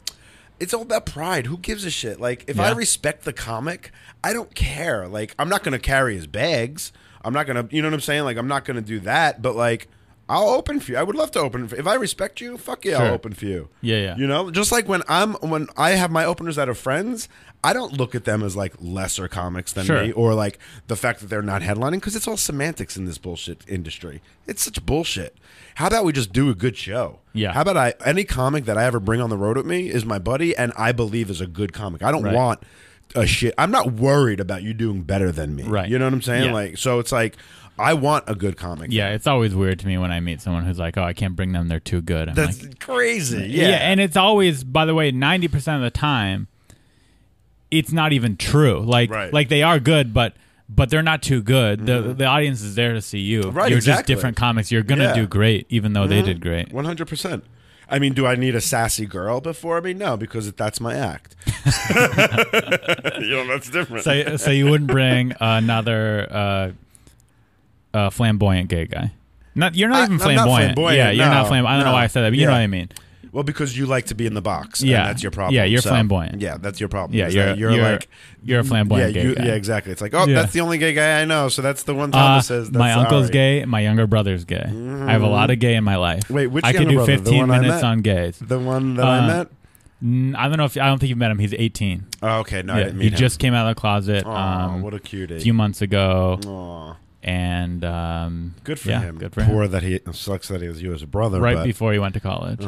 Speaker 7: It's all about pride. Who gives a shit? Like, if I
Speaker 6: Yeah.
Speaker 7: respect the comic, I don't care. Like, I'm not gonna carry his bags. I'm not gonna, you know what I'm saying? Like, I'm not gonna do that. But like, I'll open for you. I would love to open for, if I respect you. Fuck yeah,
Speaker 6: Sure.
Speaker 7: I'll open for you.
Speaker 6: Yeah, yeah.
Speaker 7: You know, just like when I'm when I have my openers that are friends, I don't look at them as like lesser comics than
Speaker 6: Sure.
Speaker 7: me or like the fact that they're not headlining because it's all semantics in this bullshit industry. It's such bullshit. How about we just do a good show?
Speaker 6: Yeah.
Speaker 7: How about I any comic that I ever bring on the road with me is my buddy and I believe is a good comic. I don't
Speaker 6: Right.
Speaker 7: want a shit. I'm not worried about you doing better than me.
Speaker 6: Right.
Speaker 7: You know what I'm saying?
Speaker 6: Yeah.
Speaker 7: Like so it's like I want a good comic.
Speaker 6: Yeah, it's always weird to me when I meet someone who's like, "Oh, I can't bring them; they're too good." I'm
Speaker 7: That's
Speaker 6: like,
Speaker 7: crazy.
Speaker 6: yeah. and it's always, by the way, ninety percent of the time, it's not even true. Like,
Speaker 7: Right. Mm-hmm.
Speaker 6: like they are good, but but they're not too good. The the audience is there to see you.
Speaker 7: Right,
Speaker 6: You're just
Speaker 7: exactly.
Speaker 6: different comics. You're gonna
Speaker 7: Yeah. Mm-hmm.
Speaker 6: do great, even though they did great.
Speaker 7: One hundred percent. I mean, do I need a sassy girl before me? No, because that's my act. you know, that's different.
Speaker 6: So, so you wouldn't bring another uh, uh, flamboyant gay guy. Not you're not even
Speaker 7: I- I'm not
Speaker 6: flamboyant.
Speaker 7: flamboyant,
Speaker 6: yeah, you're not
Speaker 7: no,
Speaker 6: flamboyant. I don't know
Speaker 7: no.
Speaker 6: why I said that, but you know
Speaker 7: Yeah.
Speaker 6: what I mean.
Speaker 7: well, because you like to be in the box. and
Speaker 6: Yeah.
Speaker 7: that's your problem.
Speaker 6: Yeah, you're
Speaker 7: So,
Speaker 6: flamboyant.
Speaker 7: Yeah, that's your problem.
Speaker 6: Yeah,
Speaker 7: is
Speaker 6: you're-
Speaker 7: that you're,
Speaker 6: you're-
Speaker 7: like
Speaker 6: you're a flamboyant
Speaker 7: Yeah,
Speaker 6: gay
Speaker 7: you-
Speaker 6: guy.
Speaker 7: yeah, exactly. It's like, oh,
Speaker 6: Yeah.
Speaker 7: that's the only gay guy I know. So that's the one
Speaker 6: Uh,
Speaker 7: Thomas says. That's
Speaker 6: my uncle's
Speaker 7: Ari.
Speaker 6: gay. My younger brother's gay. I have a lot of gay in my life.
Speaker 7: Wait, which
Speaker 6: I could
Speaker 7: younger
Speaker 6: do
Speaker 7: brother? The
Speaker 6: 15
Speaker 7: one I
Speaker 6: minutes
Speaker 7: met?
Speaker 6: on gays.
Speaker 7: The one that
Speaker 6: Uh,
Speaker 7: I met.
Speaker 6: Mm, I don't know if I don't think you've met him. He's 18.
Speaker 7: Oh, okay, no, I
Speaker 6: yeah,
Speaker 7: didn't meet
Speaker 6: he
Speaker 7: him.
Speaker 6: just came out of the closet.
Speaker 7: Aw,
Speaker 6: um,
Speaker 7: what a Mm.
Speaker 6: a
Speaker 7: cutie.
Speaker 6: few months ago,
Speaker 7: Aw,
Speaker 6: and um,
Speaker 7: good for
Speaker 6: yeah,
Speaker 7: him.
Speaker 6: Good for him.
Speaker 7: Poor that he sucks that he was you as a brother.
Speaker 6: right
Speaker 7: but- Mm-hmm.
Speaker 6: before he went to college.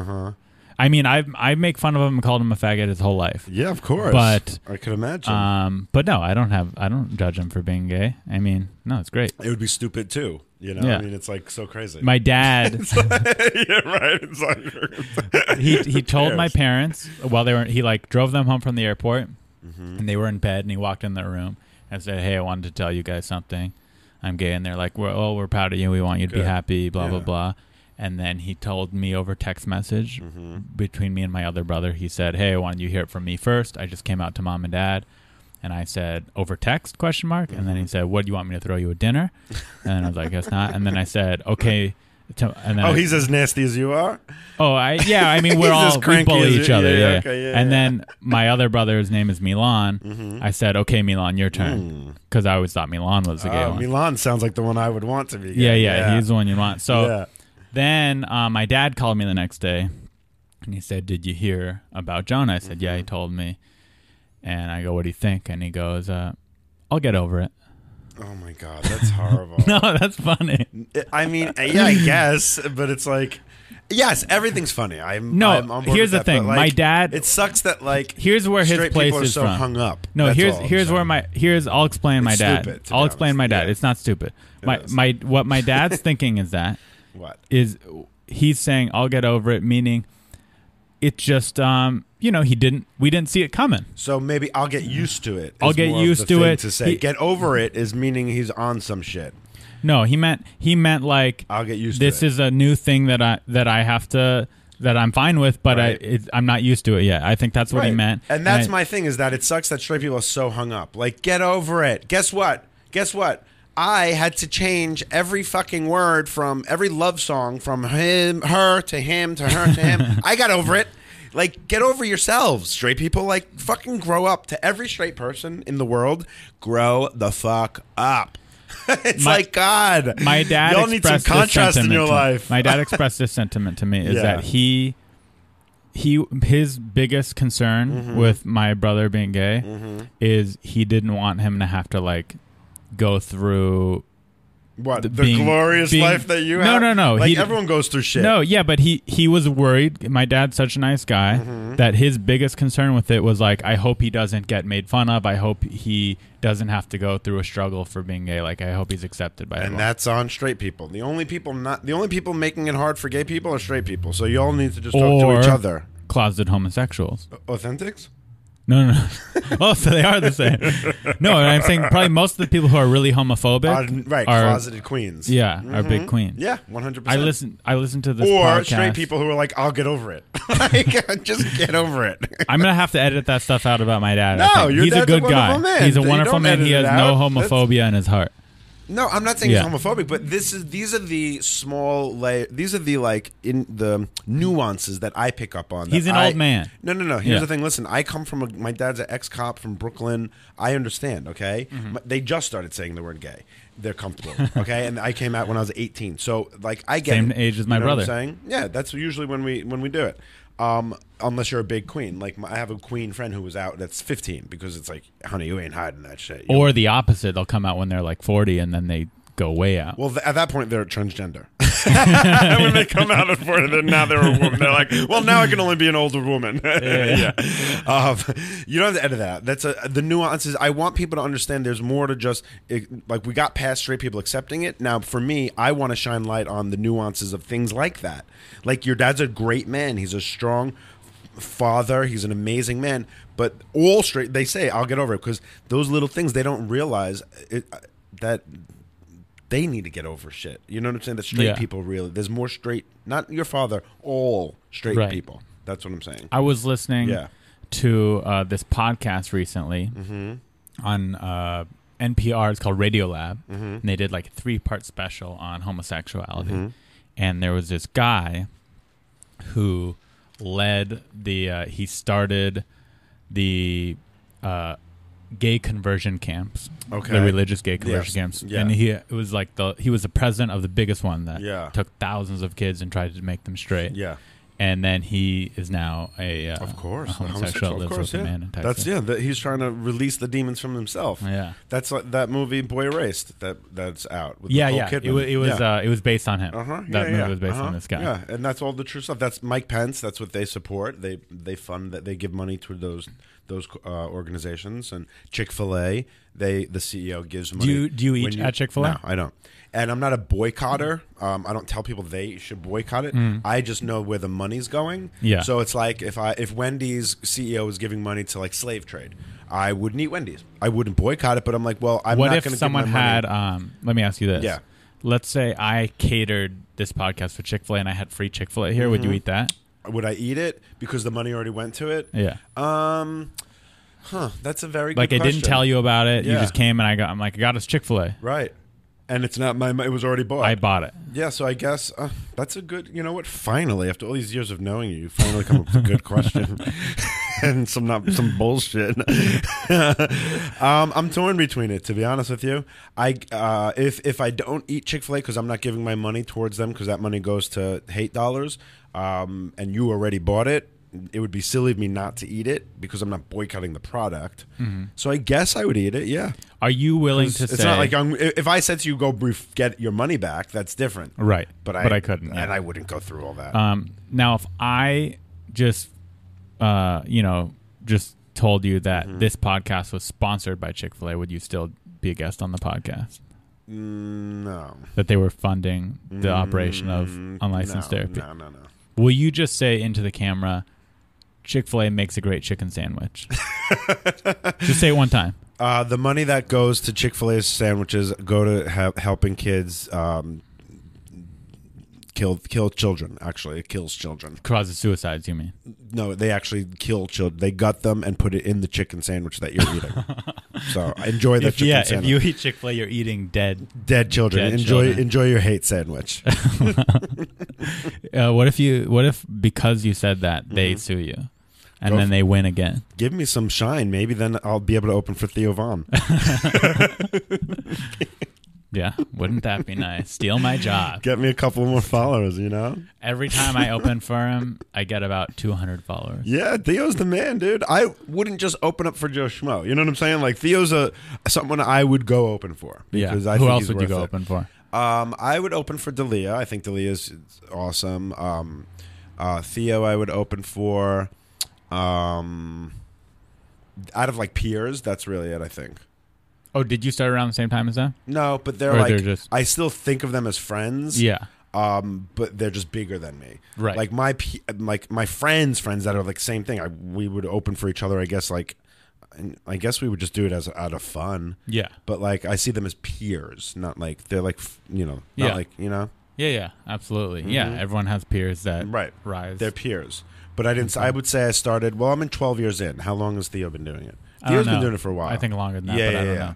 Speaker 6: I mean, I I make fun of him and called him a faggot his whole life.
Speaker 7: Yeah, of course.
Speaker 6: But,
Speaker 7: I could imagine.
Speaker 6: Um, but no, I don't have I don't judge him for being gay. I mean, no, it's great.
Speaker 7: it would be stupid too. You know,
Speaker 6: Yeah.
Speaker 7: I mean, it's like so crazy.
Speaker 6: My dad,
Speaker 7: yeah, right. It's like
Speaker 6: he he told my
Speaker 7: Yes.
Speaker 6: parents while they were he like drove them home from the airport,
Speaker 7: Mm-hmm.
Speaker 6: and they were in bed, and he walked in their room and said, "Hey, I wanted to tell you guys something. I'm gay," and they're like, "Well, oh, we're proud of you. We want you to be
Speaker 7: Good.
Speaker 6: happy." Blah blah
Speaker 7: Yeah.
Speaker 6: blah. And then he told me over text message
Speaker 7: Mm-hmm.
Speaker 6: between me and my other brother. He said, "Hey, I wanted you to hear it from me first. I just came out to mom and dad." And I said over text question mark, and then
Speaker 7: Mm-hmm.
Speaker 6: he said, "What do you want me to throw you a dinner?" And I was like, "Guess not." And then I said, "Okay." To, and then
Speaker 7: oh,
Speaker 6: I-
Speaker 7: he's as nasty as you are.
Speaker 6: Oh, I yeah. I mean, we're
Speaker 7: He's
Speaker 6: all
Speaker 7: as
Speaker 6: we
Speaker 7: cranky
Speaker 6: bully
Speaker 7: as you-
Speaker 6: each other.
Speaker 7: yeah,
Speaker 6: Yeah.
Speaker 7: okay, yeah,
Speaker 6: and
Speaker 7: yeah. Mm-hmm.
Speaker 6: then my other brother's name is Milan. I said, "Okay, Milan, your turn," because I always thought Milan was the gay
Speaker 7: Mm. Oh,
Speaker 6: one.
Speaker 7: Milan sounds like the one I would want to be.
Speaker 6: yeah, yeah, he's the one you want. So
Speaker 7: Yeah.
Speaker 6: then uh, my dad called me the next day, and he said, "Did you hear about John?" I said, "Yeah,
Speaker 7: Mm-hmm.
Speaker 6: he told me." And I go, "What do you think?" And he goes, uh, "I'll get over it."
Speaker 7: Oh my god, that's horrible.
Speaker 6: No, that's funny.
Speaker 7: I mean, yeah, I guess, but it's like, yes, everything's funny. I'm
Speaker 6: No,
Speaker 7: I'm on board
Speaker 6: here's the
Speaker 7: with that, but,
Speaker 6: thing.
Speaker 7: like,
Speaker 6: My dad-
Speaker 7: It sucks that like
Speaker 6: Here's where his
Speaker 7: straight
Speaker 6: place
Speaker 7: people are
Speaker 6: is
Speaker 7: so
Speaker 6: from.
Speaker 7: hung up.
Speaker 6: No,
Speaker 7: That's
Speaker 6: here's
Speaker 7: all I'm
Speaker 6: here's
Speaker 7: saying.
Speaker 6: where my here's I'll explain my
Speaker 7: It's
Speaker 6: dad.
Speaker 7: stupid, to be
Speaker 6: I'll explain
Speaker 7: honest.
Speaker 6: my dad.
Speaker 7: Yeah.
Speaker 6: It's not stupid. My
Speaker 7: is.
Speaker 6: my what my dad's thinking is that
Speaker 7: what
Speaker 6: is he's saying I'll get over it, meaning it just um you know he didn't we didn't see it coming.
Speaker 7: So maybe I'll get used to it.
Speaker 6: I'll
Speaker 7: is
Speaker 6: get
Speaker 7: more of
Speaker 6: used
Speaker 7: the
Speaker 6: to
Speaker 7: thing
Speaker 6: it.
Speaker 7: To say
Speaker 6: He-
Speaker 7: get over it is meaning he's on some shit.
Speaker 6: No, he meant he meant like
Speaker 7: I'll get used to
Speaker 6: this
Speaker 7: it.
Speaker 6: is a new thing that I that I have to that I'm fine with, but
Speaker 7: Right.
Speaker 6: I it, I'm not used to it yet. I think that's what he
Speaker 7: Right.
Speaker 6: meant.
Speaker 7: And that's
Speaker 6: I-
Speaker 7: my thing is that it sucks that straight people are so hung up. Like, get over it. Guess what? Guess what? I had to change every fucking word from every love song from him, her to him to her to him. I got over it. Like, get over yourselves, straight people. Like, fucking grow up. To every straight person in the world, grow the fuck up. it's
Speaker 6: My-
Speaker 7: like God.
Speaker 6: my dad
Speaker 7: Y'all need some
Speaker 6: expressed this
Speaker 7: contrast in
Speaker 6: sentiment
Speaker 7: your
Speaker 6: to-
Speaker 7: life.
Speaker 6: My dad expressed this sentiment to me is
Speaker 7: Yeah.
Speaker 6: that he he his biggest concern
Speaker 7: Mm-hmm.
Speaker 6: with my brother being gay is he didn't want him to have to like go through
Speaker 7: what the,
Speaker 6: being-
Speaker 7: glorious
Speaker 6: being-
Speaker 7: life that you
Speaker 6: No,
Speaker 7: have?
Speaker 6: no, no.
Speaker 7: Like
Speaker 6: He-
Speaker 7: everyone goes through shit.
Speaker 6: No, yeah, but he he was worried. My dad's such a nice guy
Speaker 7: Mm-hmm.
Speaker 6: that his biggest concern with it was like, I hope he doesn't get made fun of. I hope he doesn't have to go through a struggle for being gay. Like, I hope he's accepted by
Speaker 7: and
Speaker 6: everyone.
Speaker 7: that's on straight people. The only people not the only people making it hard for gay people are straight people. So y'all need to just talk
Speaker 6: Or-
Speaker 7: to each other.
Speaker 6: closeted homosexuals.
Speaker 7: Authentics?
Speaker 6: No, no, no. oh, so they are the same. No, and I'm saying probably most of the people who are really homophobic
Speaker 7: Are, right,
Speaker 6: are-
Speaker 7: closeted queens.
Speaker 6: Yeah, are big queens.
Speaker 7: Yeah, 100%.
Speaker 6: I listen. I listen to this.
Speaker 7: or
Speaker 6: podcast.
Speaker 7: straight people who are like, I'll get over it. like, just get over it.
Speaker 6: I'm gonna have to edit that stuff out about my dad. I
Speaker 7: No,
Speaker 6: think.
Speaker 7: your
Speaker 6: he's a
Speaker 7: dad's a
Speaker 6: good guy.
Speaker 7: wonderful man.
Speaker 6: He's a
Speaker 7: You
Speaker 6: wonderful
Speaker 7: don't
Speaker 6: man. He
Speaker 7: edit
Speaker 6: has
Speaker 7: it
Speaker 6: no
Speaker 7: out. That's-
Speaker 6: homophobia in his heart.
Speaker 7: No, I'm not saying
Speaker 6: Yeah.
Speaker 7: it's homophobic, but this is these are the small la These are the like in the nuances that I pick up on. that
Speaker 6: He's an
Speaker 7: I-
Speaker 6: old man.
Speaker 7: No, no, no. Here's
Speaker 6: Yeah.
Speaker 7: the thing. Listen, I come from a, my dad's an ex cop from Brooklyn. I understand. Okay,
Speaker 6: Mm-hmm.
Speaker 7: My- they just started saying the word gay. They're comfortable. Okay, and I came out when I was 18. So like I get
Speaker 6: Same
Speaker 7: it.
Speaker 6: age as my
Speaker 7: You know what I'm
Speaker 6: brother.
Speaker 7: saying? Yeah, that's usually when we when we do it. Um, unless you're a big queen, like my, I have a queen friend who was out that's 15 because it's like, honey, you ain't hiding that shit. You
Speaker 6: Or the opposite. They'll come out when they're like 40 and then they go way out.
Speaker 7: Well, th- at that point, they're transgender. when they come out of it, then now they're a woman. They're like, well, now I can only be an older woman. yeah, Um, you don't have to edit that. That's a, the nuances. I want people to understand. There's more to just it, like we got past straight people accepting it. Now, for me, I want to shine light on the nuances of things like that. Like your dad's a great man. He's a strong father. He's an amazing man. But all straight, they say, I'll get over it because those little things they don't realize it, uh, that they need to get over shit. You know what I'm saying? That straight
Speaker 6: Yeah.
Speaker 7: people really. There's more straight, not your father, all straight
Speaker 6: Right.
Speaker 7: people. That's what I'm saying.
Speaker 6: I was listening
Speaker 7: Yeah.
Speaker 6: to uh, this podcast recently
Speaker 7: Mm-hmm.
Speaker 6: on uh, NPR. It's called Radio Lab,
Speaker 7: Mm-hmm.
Speaker 6: and they did like a three part special on homosexuality.
Speaker 7: Mm-hmm.
Speaker 6: And there was this guy who led the uh, he started the uh, gay conversion camps,
Speaker 7: Okay.
Speaker 6: the religious gay conversion
Speaker 7: Yes.
Speaker 6: camps,
Speaker 7: Yeah.
Speaker 6: and he it was like the he was the president of the biggest one that
Speaker 7: Yeah.
Speaker 6: took thousands of kids and tried to make them straight
Speaker 7: Yeah.
Speaker 6: and then he is now a uh,
Speaker 7: Of course,
Speaker 6: a homosexual,
Speaker 7: Of
Speaker 6: lives
Speaker 7: course,
Speaker 6: with
Speaker 7: yeah.
Speaker 6: a man in Texas.
Speaker 7: That's yeah. That he's trying to release the demons from himself.
Speaker 6: Yeah.
Speaker 7: that's like that movie Boy Erased. That that's out. With
Speaker 6: yeah,
Speaker 7: Nicole
Speaker 6: yeah. It
Speaker 7: Kidman.
Speaker 6: was it was,
Speaker 7: Yeah.
Speaker 6: Uh, it was based on him.
Speaker 7: Uh-huh.
Speaker 6: That
Speaker 7: yeah,
Speaker 6: movie
Speaker 7: yeah.
Speaker 6: was based on
Speaker 7: Uh-huh.
Speaker 6: this guy.
Speaker 7: Yeah, and that's all the true stuff. That's Mike Pence. That's what they support. They they fund that. They give money to those those uh, organizations and Chick Fil A. They the CEO gives money.
Speaker 6: you- do you eat
Speaker 7: when
Speaker 6: at Chick-fil-A?
Speaker 7: No, I don't. And I'm not a boycotter. Um, I don't tell people they should boycott it. I just know where the money's going.
Speaker 6: Mm. Yeah.
Speaker 7: So it's like if I if Wendy's CEO is giving money to like slave trade, I wouldn't eat Wendy's. I wouldn't boycott it. But I'm like, well, I'm
Speaker 6: what
Speaker 7: not
Speaker 6: if
Speaker 7: going to.
Speaker 6: someone
Speaker 7: give my money-
Speaker 6: had? Um, let me ask you this.
Speaker 7: Yeah.
Speaker 6: Let's say I catered this podcast for Chick Fil A and I had free Chick Fil A here. Would you
Speaker 7: Mm-hmm.
Speaker 6: eat that?
Speaker 7: Would I eat it because the money already went to it?
Speaker 6: Yeah.
Speaker 7: Um, huh. That's a very
Speaker 6: like
Speaker 7: good
Speaker 6: I didn't
Speaker 7: question.
Speaker 6: tell you about it. You
Speaker 7: Yeah.
Speaker 6: just came and I got. I'm like I got us Chick Fil A.
Speaker 7: right? And it's not my. It was already bought.
Speaker 6: I bought it.
Speaker 7: yeah, so I guess uh, that's a good. You know what? Finally, after all these years of knowing you, you finally come up with a good question and some not some bullshit. um, I'm torn between it. To be honest with you, I uh, if if I don't eat Chick Fil A because I'm not giving my money towards them because that money goes to hate dollars, um, and you already bought it. It would be silly of me not to eat it because I'm not boycotting the product. So I guess I would eat it. Yeah.
Speaker 6: Are you willing
Speaker 7: It's,
Speaker 6: Mm-hmm. to say?
Speaker 7: it's not like I'm, if I said to you, go brief, get your money back, that's different.
Speaker 6: Right.
Speaker 7: But I,
Speaker 6: But I couldn't,
Speaker 7: And
Speaker 6: yeah.
Speaker 7: I wouldn't go through all that.
Speaker 6: Um, now, if I just, uh, you know, just told you that
Speaker 7: Mm-hmm.
Speaker 6: this podcast was sponsored by Chick Fil A, would you still be a guest on the podcast?
Speaker 7: Mm, no. Mm,
Speaker 6: That they were funding the operation of unlicensed
Speaker 7: no,
Speaker 6: therapy.
Speaker 7: No, no, no.
Speaker 6: Will you just say into the camera, Chick Fil A makes a great chicken sandwich? just say it one time.
Speaker 7: Uh, the money that goes to Chick fil A's sandwiches go to ha- helping kids um, kill kill children, actually. It kills children.
Speaker 6: Causes suicides, you mean?
Speaker 7: No, they actually kill children. They gut them and put it in the chicken sandwich that you're eating. so enjoy the
Speaker 6: If,
Speaker 7: chicken
Speaker 6: yeah,
Speaker 7: sandwich.
Speaker 6: if you eat Chick Fil A, you're eating dead.
Speaker 7: Dead children.
Speaker 6: Dead
Speaker 7: enjoy
Speaker 6: children.
Speaker 7: enjoy your hate sandwich.
Speaker 6: Uh, what if you? What if because you said that they sue you, and
Speaker 7: Mm-hmm. Go
Speaker 6: then
Speaker 7: f-
Speaker 6: they win again?
Speaker 7: give me some shine. Maybe then I'll be able to open for Theo Vaughn.
Speaker 6: Yeah, wouldn't that be nice? Steal my job.
Speaker 7: Get me a couple more followers, you know?
Speaker 6: Every time I open for him, I get about 200 followers.
Speaker 7: Yeah, Theo's the man, dude. I wouldn't just open up for Joe Schmo. You know what I'm saying? Like Theo's a someone I would go open for because I
Speaker 6: Who
Speaker 7: think
Speaker 6: else
Speaker 7: he's
Speaker 6: would you
Speaker 7: worth
Speaker 6: go
Speaker 7: it.
Speaker 6: open for?
Speaker 7: Um, I would open for Dalia. I think Dalia's awesome. Um, uh, Theo, I would open for. Um, out of like peers, that's really it. I think.
Speaker 6: Oh, did you start around the same time as them?
Speaker 7: No, but they're
Speaker 6: Or
Speaker 7: like
Speaker 6: they're just-
Speaker 7: I still think of them as friends.
Speaker 6: Yeah.
Speaker 7: um, but they're just bigger than me.
Speaker 6: Right.
Speaker 7: Like my pe- like my friends' friends that are like same thing. I we would open for each other. I guess like, and I guess we would just do it as out of fun.
Speaker 6: Yeah.
Speaker 7: But like I see them as peers, not like they're like f- you know, not
Speaker 6: Yeah.
Speaker 7: like you know,
Speaker 6: Yeah, yeah, absolutely. Yeah, everyone has peers that
Speaker 7: Mm-hmm. right?
Speaker 6: rise.
Speaker 7: They're peers. But I didn't. I would say I started. Well, I'm in 12 years in. How long has Theo been doing it?
Speaker 6: I don't
Speaker 7: Theo's been
Speaker 6: know.
Speaker 7: doing it for a while.
Speaker 6: I think longer than that,
Speaker 7: Yeah,
Speaker 6: but
Speaker 7: yeah,
Speaker 6: I don't
Speaker 7: yeah.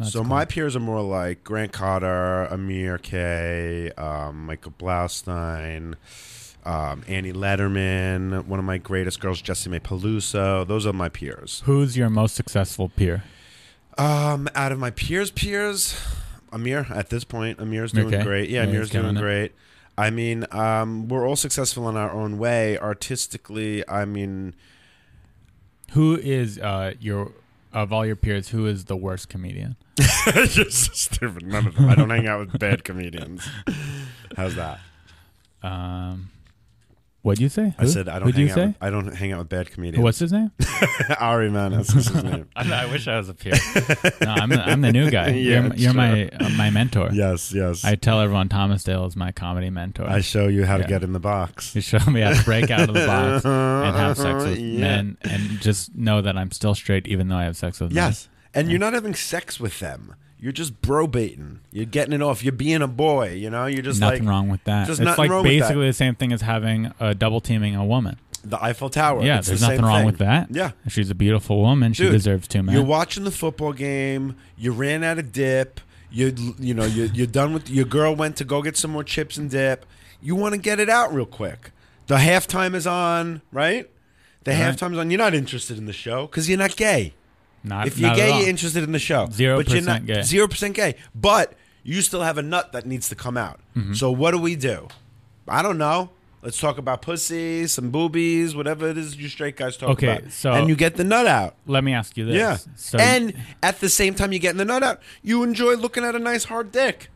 Speaker 6: know.
Speaker 7: so my peers are more like Grant Cotter, Amir K, um, Michael Blaustein, um, Annie Letterman. One of my greatest girls, Jessie May Peluso. Those are my peers.
Speaker 6: Who's your most successful peer?
Speaker 7: Um, out of my peers, peers, Amir at this point, Amir's doing
Speaker 6: Okay.
Speaker 7: great. Yeah,
Speaker 6: Yeah,
Speaker 7: Amir's
Speaker 6: he's killing
Speaker 7: doing
Speaker 6: it.
Speaker 7: great. I mean, um, we're all successful in our own way. Artistically, I mean,
Speaker 6: Who is uh, your of all your peers? Who is the worst comedian?
Speaker 7: you're so stupid. None of them. I don't hang out with bad comedians. How's that?
Speaker 6: Um, what'd you say?
Speaker 7: I said I don't
Speaker 6: Who'd you
Speaker 7: hang out.
Speaker 6: say?
Speaker 7: With, I don't hang out with bad comedians.
Speaker 6: What's his name?
Speaker 7: Ari Manis is his name.
Speaker 6: I, wish I was a peer. no, I'm, the- I'm the new guy.
Speaker 7: Yeah,
Speaker 6: you're you're
Speaker 7: sure.
Speaker 6: my uh, my mentor.
Speaker 7: Yes, yes.
Speaker 6: I
Speaker 7: I,
Speaker 6: tell everyone Thomasdale is my comedy mentor.
Speaker 7: show you how
Speaker 6: Yeah.
Speaker 7: to get in the box.
Speaker 6: You show me how to break out of the box and have sex with
Speaker 7: Yeah.
Speaker 6: men, and just know that I'm still straight, even though I have sex with men.
Speaker 7: Yes, and you're not having sex with them. You're just bro baiting. You're getting it off. You're being a boy. You know. You're just
Speaker 6: nothing
Speaker 7: like
Speaker 6: wrong with that.
Speaker 7: There's
Speaker 6: it's
Speaker 7: nothing
Speaker 6: like
Speaker 7: wrong with that.
Speaker 6: basically the same thing as having a double teaming a woman.
Speaker 7: the Eiffel Tower.
Speaker 6: Yeah,
Speaker 7: It's the
Speaker 6: there's
Speaker 7: same
Speaker 6: nothing wrong
Speaker 7: thing.
Speaker 6: with that.
Speaker 7: Yeah.
Speaker 6: If she's a beautiful woman. She
Speaker 7: Dude,
Speaker 6: deserves two men.
Speaker 7: You're watching the football game. You ran out of dip. You you know you you're done with your girl went to go get some more chips and dip. You want to get it out real quick. The halftime is on, right? The halftime's on. You're not interested in the show because you're not gay.
Speaker 6: not,
Speaker 7: If you're
Speaker 6: not at all.
Speaker 7: gay, you're interested in the show.
Speaker 6: Zero
Speaker 7: But you're
Speaker 6: percent
Speaker 7: not
Speaker 6: gay.
Speaker 7: Zero percent gay. But you still have a nut that needs to come out.
Speaker 6: Mm-hmm.
Speaker 7: So what do we do? I don't know. Let's talk about pussy, some boobies, whatever it is you straight guys talk
Speaker 6: Okay,
Speaker 7: about.
Speaker 6: so-
Speaker 7: and you get the nut out.
Speaker 6: Let me ask you this.
Speaker 7: Yeah.
Speaker 6: So
Speaker 7: and at the same time, you're getting the nut out. You enjoy looking at a nice hard dick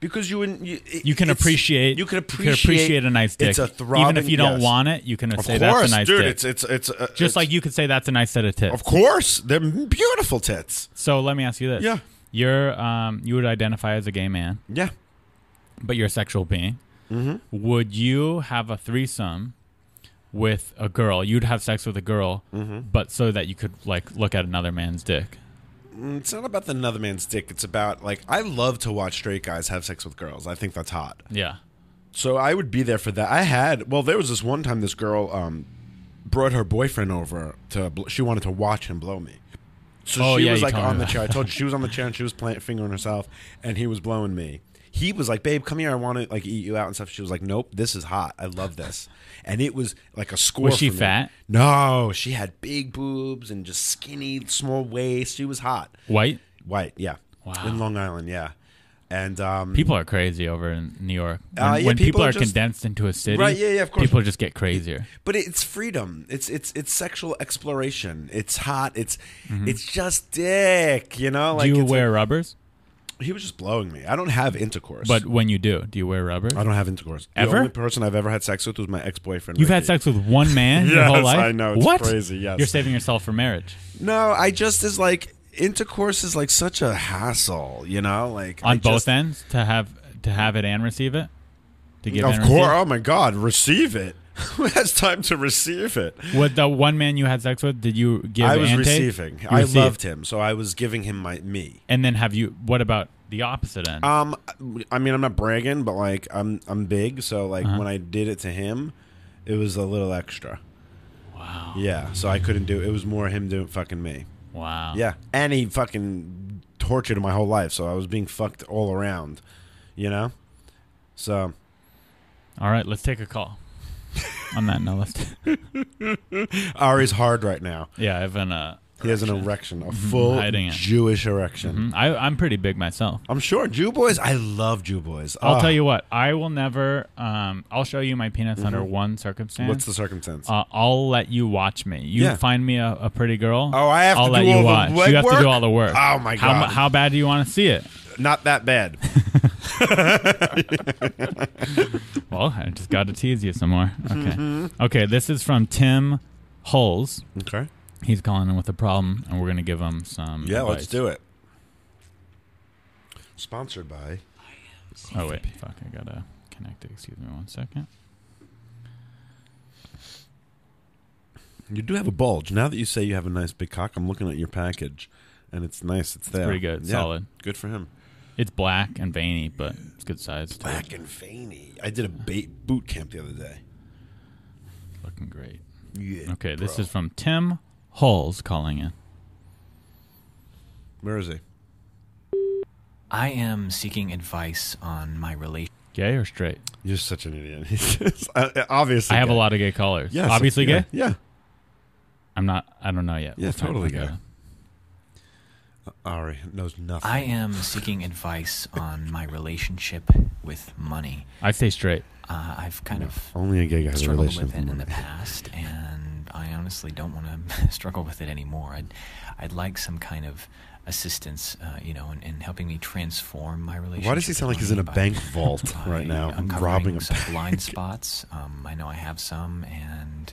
Speaker 7: because you en- you, it-
Speaker 6: you can
Speaker 7: it's-
Speaker 6: appreciate
Speaker 7: you can appreciate
Speaker 6: appreciate a nice dick.
Speaker 7: It's a throbbing,
Speaker 6: even if you don't
Speaker 7: yes.
Speaker 6: want it, you can
Speaker 7: Of
Speaker 6: say
Speaker 7: course,
Speaker 6: that's a nice
Speaker 7: dude.
Speaker 6: dick.
Speaker 7: It's it's it's uh,
Speaker 6: Just
Speaker 7: it's-
Speaker 6: like you could say that's a nice set of tits.
Speaker 7: Of course, they're beautiful tits.
Speaker 6: So let me ask you this.
Speaker 7: Yeah.
Speaker 6: You're um you would identify as a gay man,
Speaker 7: Yeah.
Speaker 6: but you're a sexual being. Mm-hmm. Would you have a threesome with a girl? You'd have sex with a girl,
Speaker 7: Mm-hmm.
Speaker 6: but so that you could like look at another man's dick.
Speaker 7: It's not about the another man's dick. It's about like I love to watch straight guys have sex with girls. I think that's hot.
Speaker 6: Yeah.
Speaker 7: So I would be there for that. I had well, there was this one time this girl um, brought her boyfriend over to bl- she wanted to watch him blow me. So
Speaker 6: Oh,
Speaker 7: she
Speaker 6: yeah,
Speaker 7: was
Speaker 6: you
Speaker 7: like
Speaker 6: told me
Speaker 7: on the
Speaker 6: that.
Speaker 7: chair. I told you she was on the chair and she was playing, fingering herself, and he was blowing me. He was like, "Babe, come here. I want to like eat you out and stuff." She was like, "Nope, this is hot. I love this." And it was like a score.
Speaker 6: Was she
Speaker 7: for me.
Speaker 6: fat?
Speaker 7: No, she had big boobs and just skinny, small waist. She was hot.
Speaker 6: White?
Speaker 7: White, yeah.
Speaker 6: Wow.
Speaker 7: In Long Island, yeah. And um,
Speaker 6: People are crazy over in New York. When,
Speaker 7: Uh, yeah,
Speaker 6: when people,
Speaker 7: people
Speaker 6: are,
Speaker 7: are just-
Speaker 6: condensed into a city,
Speaker 7: Right, yeah, yeah, of course.
Speaker 6: people just get crazier.
Speaker 7: but it's freedom. It's it's it's sexual exploration. It's hot. It's it's just dick. You know,
Speaker 6: do Mm-hmm. you
Speaker 7: it's
Speaker 6: wear rubbers?
Speaker 7: Like, he was just blowing me. I don't have intercourse.
Speaker 6: But when you do, do you wear rubbers?
Speaker 7: I don't have intercourse.
Speaker 6: Ever?
Speaker 7: The only person I've ever had sex with was my ex boyfriend.
Speaker 6: You've had sex with one man your
Speaker 7: Yes,
Speaker 6: whole life?
Speaker 7: I know, it's
Speaker 6: what?
Speaker 7: crazy, yes.
Speaker 6: You're saving yourself for marriage.
Speaker 7: No, I just is like intercourse is like such a hassle. You know, like
Speaker 6: on
Speaker 7: I
Speaker 6: both
Speaker 7: just-
Speaker 6: ends to have to have it and receive it to give
Speaker 7: Of
Speaker 6: and
Speaker 7: course.
Speaker 6: receive?
Speaker 7: Oh my God, receive it. Who has time to receive it?
Speaker 6: With the one man you had sex with, did you give?
Speaker 7: I was
Speaker 6: and take?
Speaker 7: receiving.
Speaker 6: You
Speaker 7: I
Speaker 6: received.
Speaker 7: loved him, so I was giving him my me.
Speaker 6: And then have you? What about the opposite end?
Speaker 7: Um, I mean, I'm not bragging, but like, I'm I'm big, so like
Speaker 6: Uh-huh.
Speaker 7: when I did it to him, it was a little extra. Wow. Yeah, so I couldn't do. It was more him doing fucking me.
Speaker 6: Uh-huh. wow.
Speaker 7: Yeah, and he fucking tortured my whole life, so I was being fucked all around, you know. So
Speaker 6: All right, let's take a call. on that note, let's.
Speaker 7: Ari's hard right now.
Speaker 6: yeah, I've been. Uh,
Speaker 7: He has an erection, a full
Speaker 6: Mm-hmm. hiding it. Mm-hmm.
Speaker 7: Jewish erection.
Speaker 6: I, I'm pretty big myself.
Speaker 7: I'm sure Jew boys. I love Jew boys.
Speaker 6: I'll
Speaker 7: Ah,
Speaker 6: tell you what. I will never. Um, I'll show you my penis under one circumstance.
Speaker 7: Mm-hmm. what's the circumstance.
Speaker 6: uh, I'll let you watch me. You
Speaker 7: Yeah.
Speaker 6: find me a, a pretty girl.
Speaker 7: Oh, I have
Speaker 6: I'll
Speaker 7: to
Speaker 6: let
Speaker 7: do
Speaker 6: you
Speaker 7: all the
Speaker 6: watch. you have to do
Speaker 7: legwork?
Speaker 6: all the work.
Speaker 7: Oh, my
Speaker 6: How, mu-
Speaker 7: God.
Speaker 6: how bad do you want to see it?
Speaker 7: Not that bad.
Speaker 6: Well, I just got to tease you some more. Okay. Okay, this is from Tim Hulls.
Speaker 7: okay.
Speaker 6: He's calling in with a problem, and we're going to give him some.
Speaker 7: Yeah, let's
Speaker 6: advice.
Speaker 7: do it. Sponsored by.
Speaker 6: Oh, wait. Fuck, I got to connect it. Excuse me one second.
Speaker 7: You do have a bulge. Now that you say you have a nice big cock, I'm looking at your package, and it's nice. It's there.
Speaker 6: pretty good. Solid.
Speaker 7: Good for him.
Speaker 6: It's black and veiny, but it's good size. Too.
Speaker 7: Black and veiny. I did a bait boot camp the other day.
Speaker 6: Looking great.
Speaker 7: Yeah.
Speaker 6: Okay, this is from Tim Hulls calling in.
Speaker 7: Where is he?
Speaker 4: I am seeking advice on my relationship.
Speaker 6: Gay or straight?
Speaker 7: You're such an idiot. Uh, Obviously,
Speaker 6: I have a
Speaker 7: gay.
Speaker 6: lot of gay callers.
Speaker 7: Yes,
Speaker 6: Obviously
Speaker 7: yeah,
Speaker 6: gay?
Speaker 7: Yeah,
Speaker 6: I'm not, I don't know yet.
Speaker 7: Yeah,
Speaker 6: We'll find
Speaker 7: totally
Speaker 6: out.
Speaker 7: gay. Uh, Ari knows nothing.
Speaker 4: I am seeking advice on my relationship with money.
Speaker 6: I'd say straight.
Speaker 4: Uh, I've kind of
Speaker 7: Only a gay guy has a
Speaker 4: struggled
Speaker 7: relationship
Speaker 4: with it in the
Speaker 7: with money.
Speaker 4: past, and I honestly don't want to struggle with it anymore. I'd, I'd like some kind of assistance, uh, you know, in, in helping me transform my relationship.
Speaker 7: Why does he
Speaker 4: with
Speaker 7: sound like he's in
Speaker 4: money
Speaker 7: a
Speaker 4: by-
Speaker 7: bank vault
Speaker 4: by
Speaker 7: right now,
Speaker 4: uncovering
Speaker 7: robbing a
Speaker 4: some
Speaker 7: bank?
Speaker 4: blind spots? Um, I know I have some, and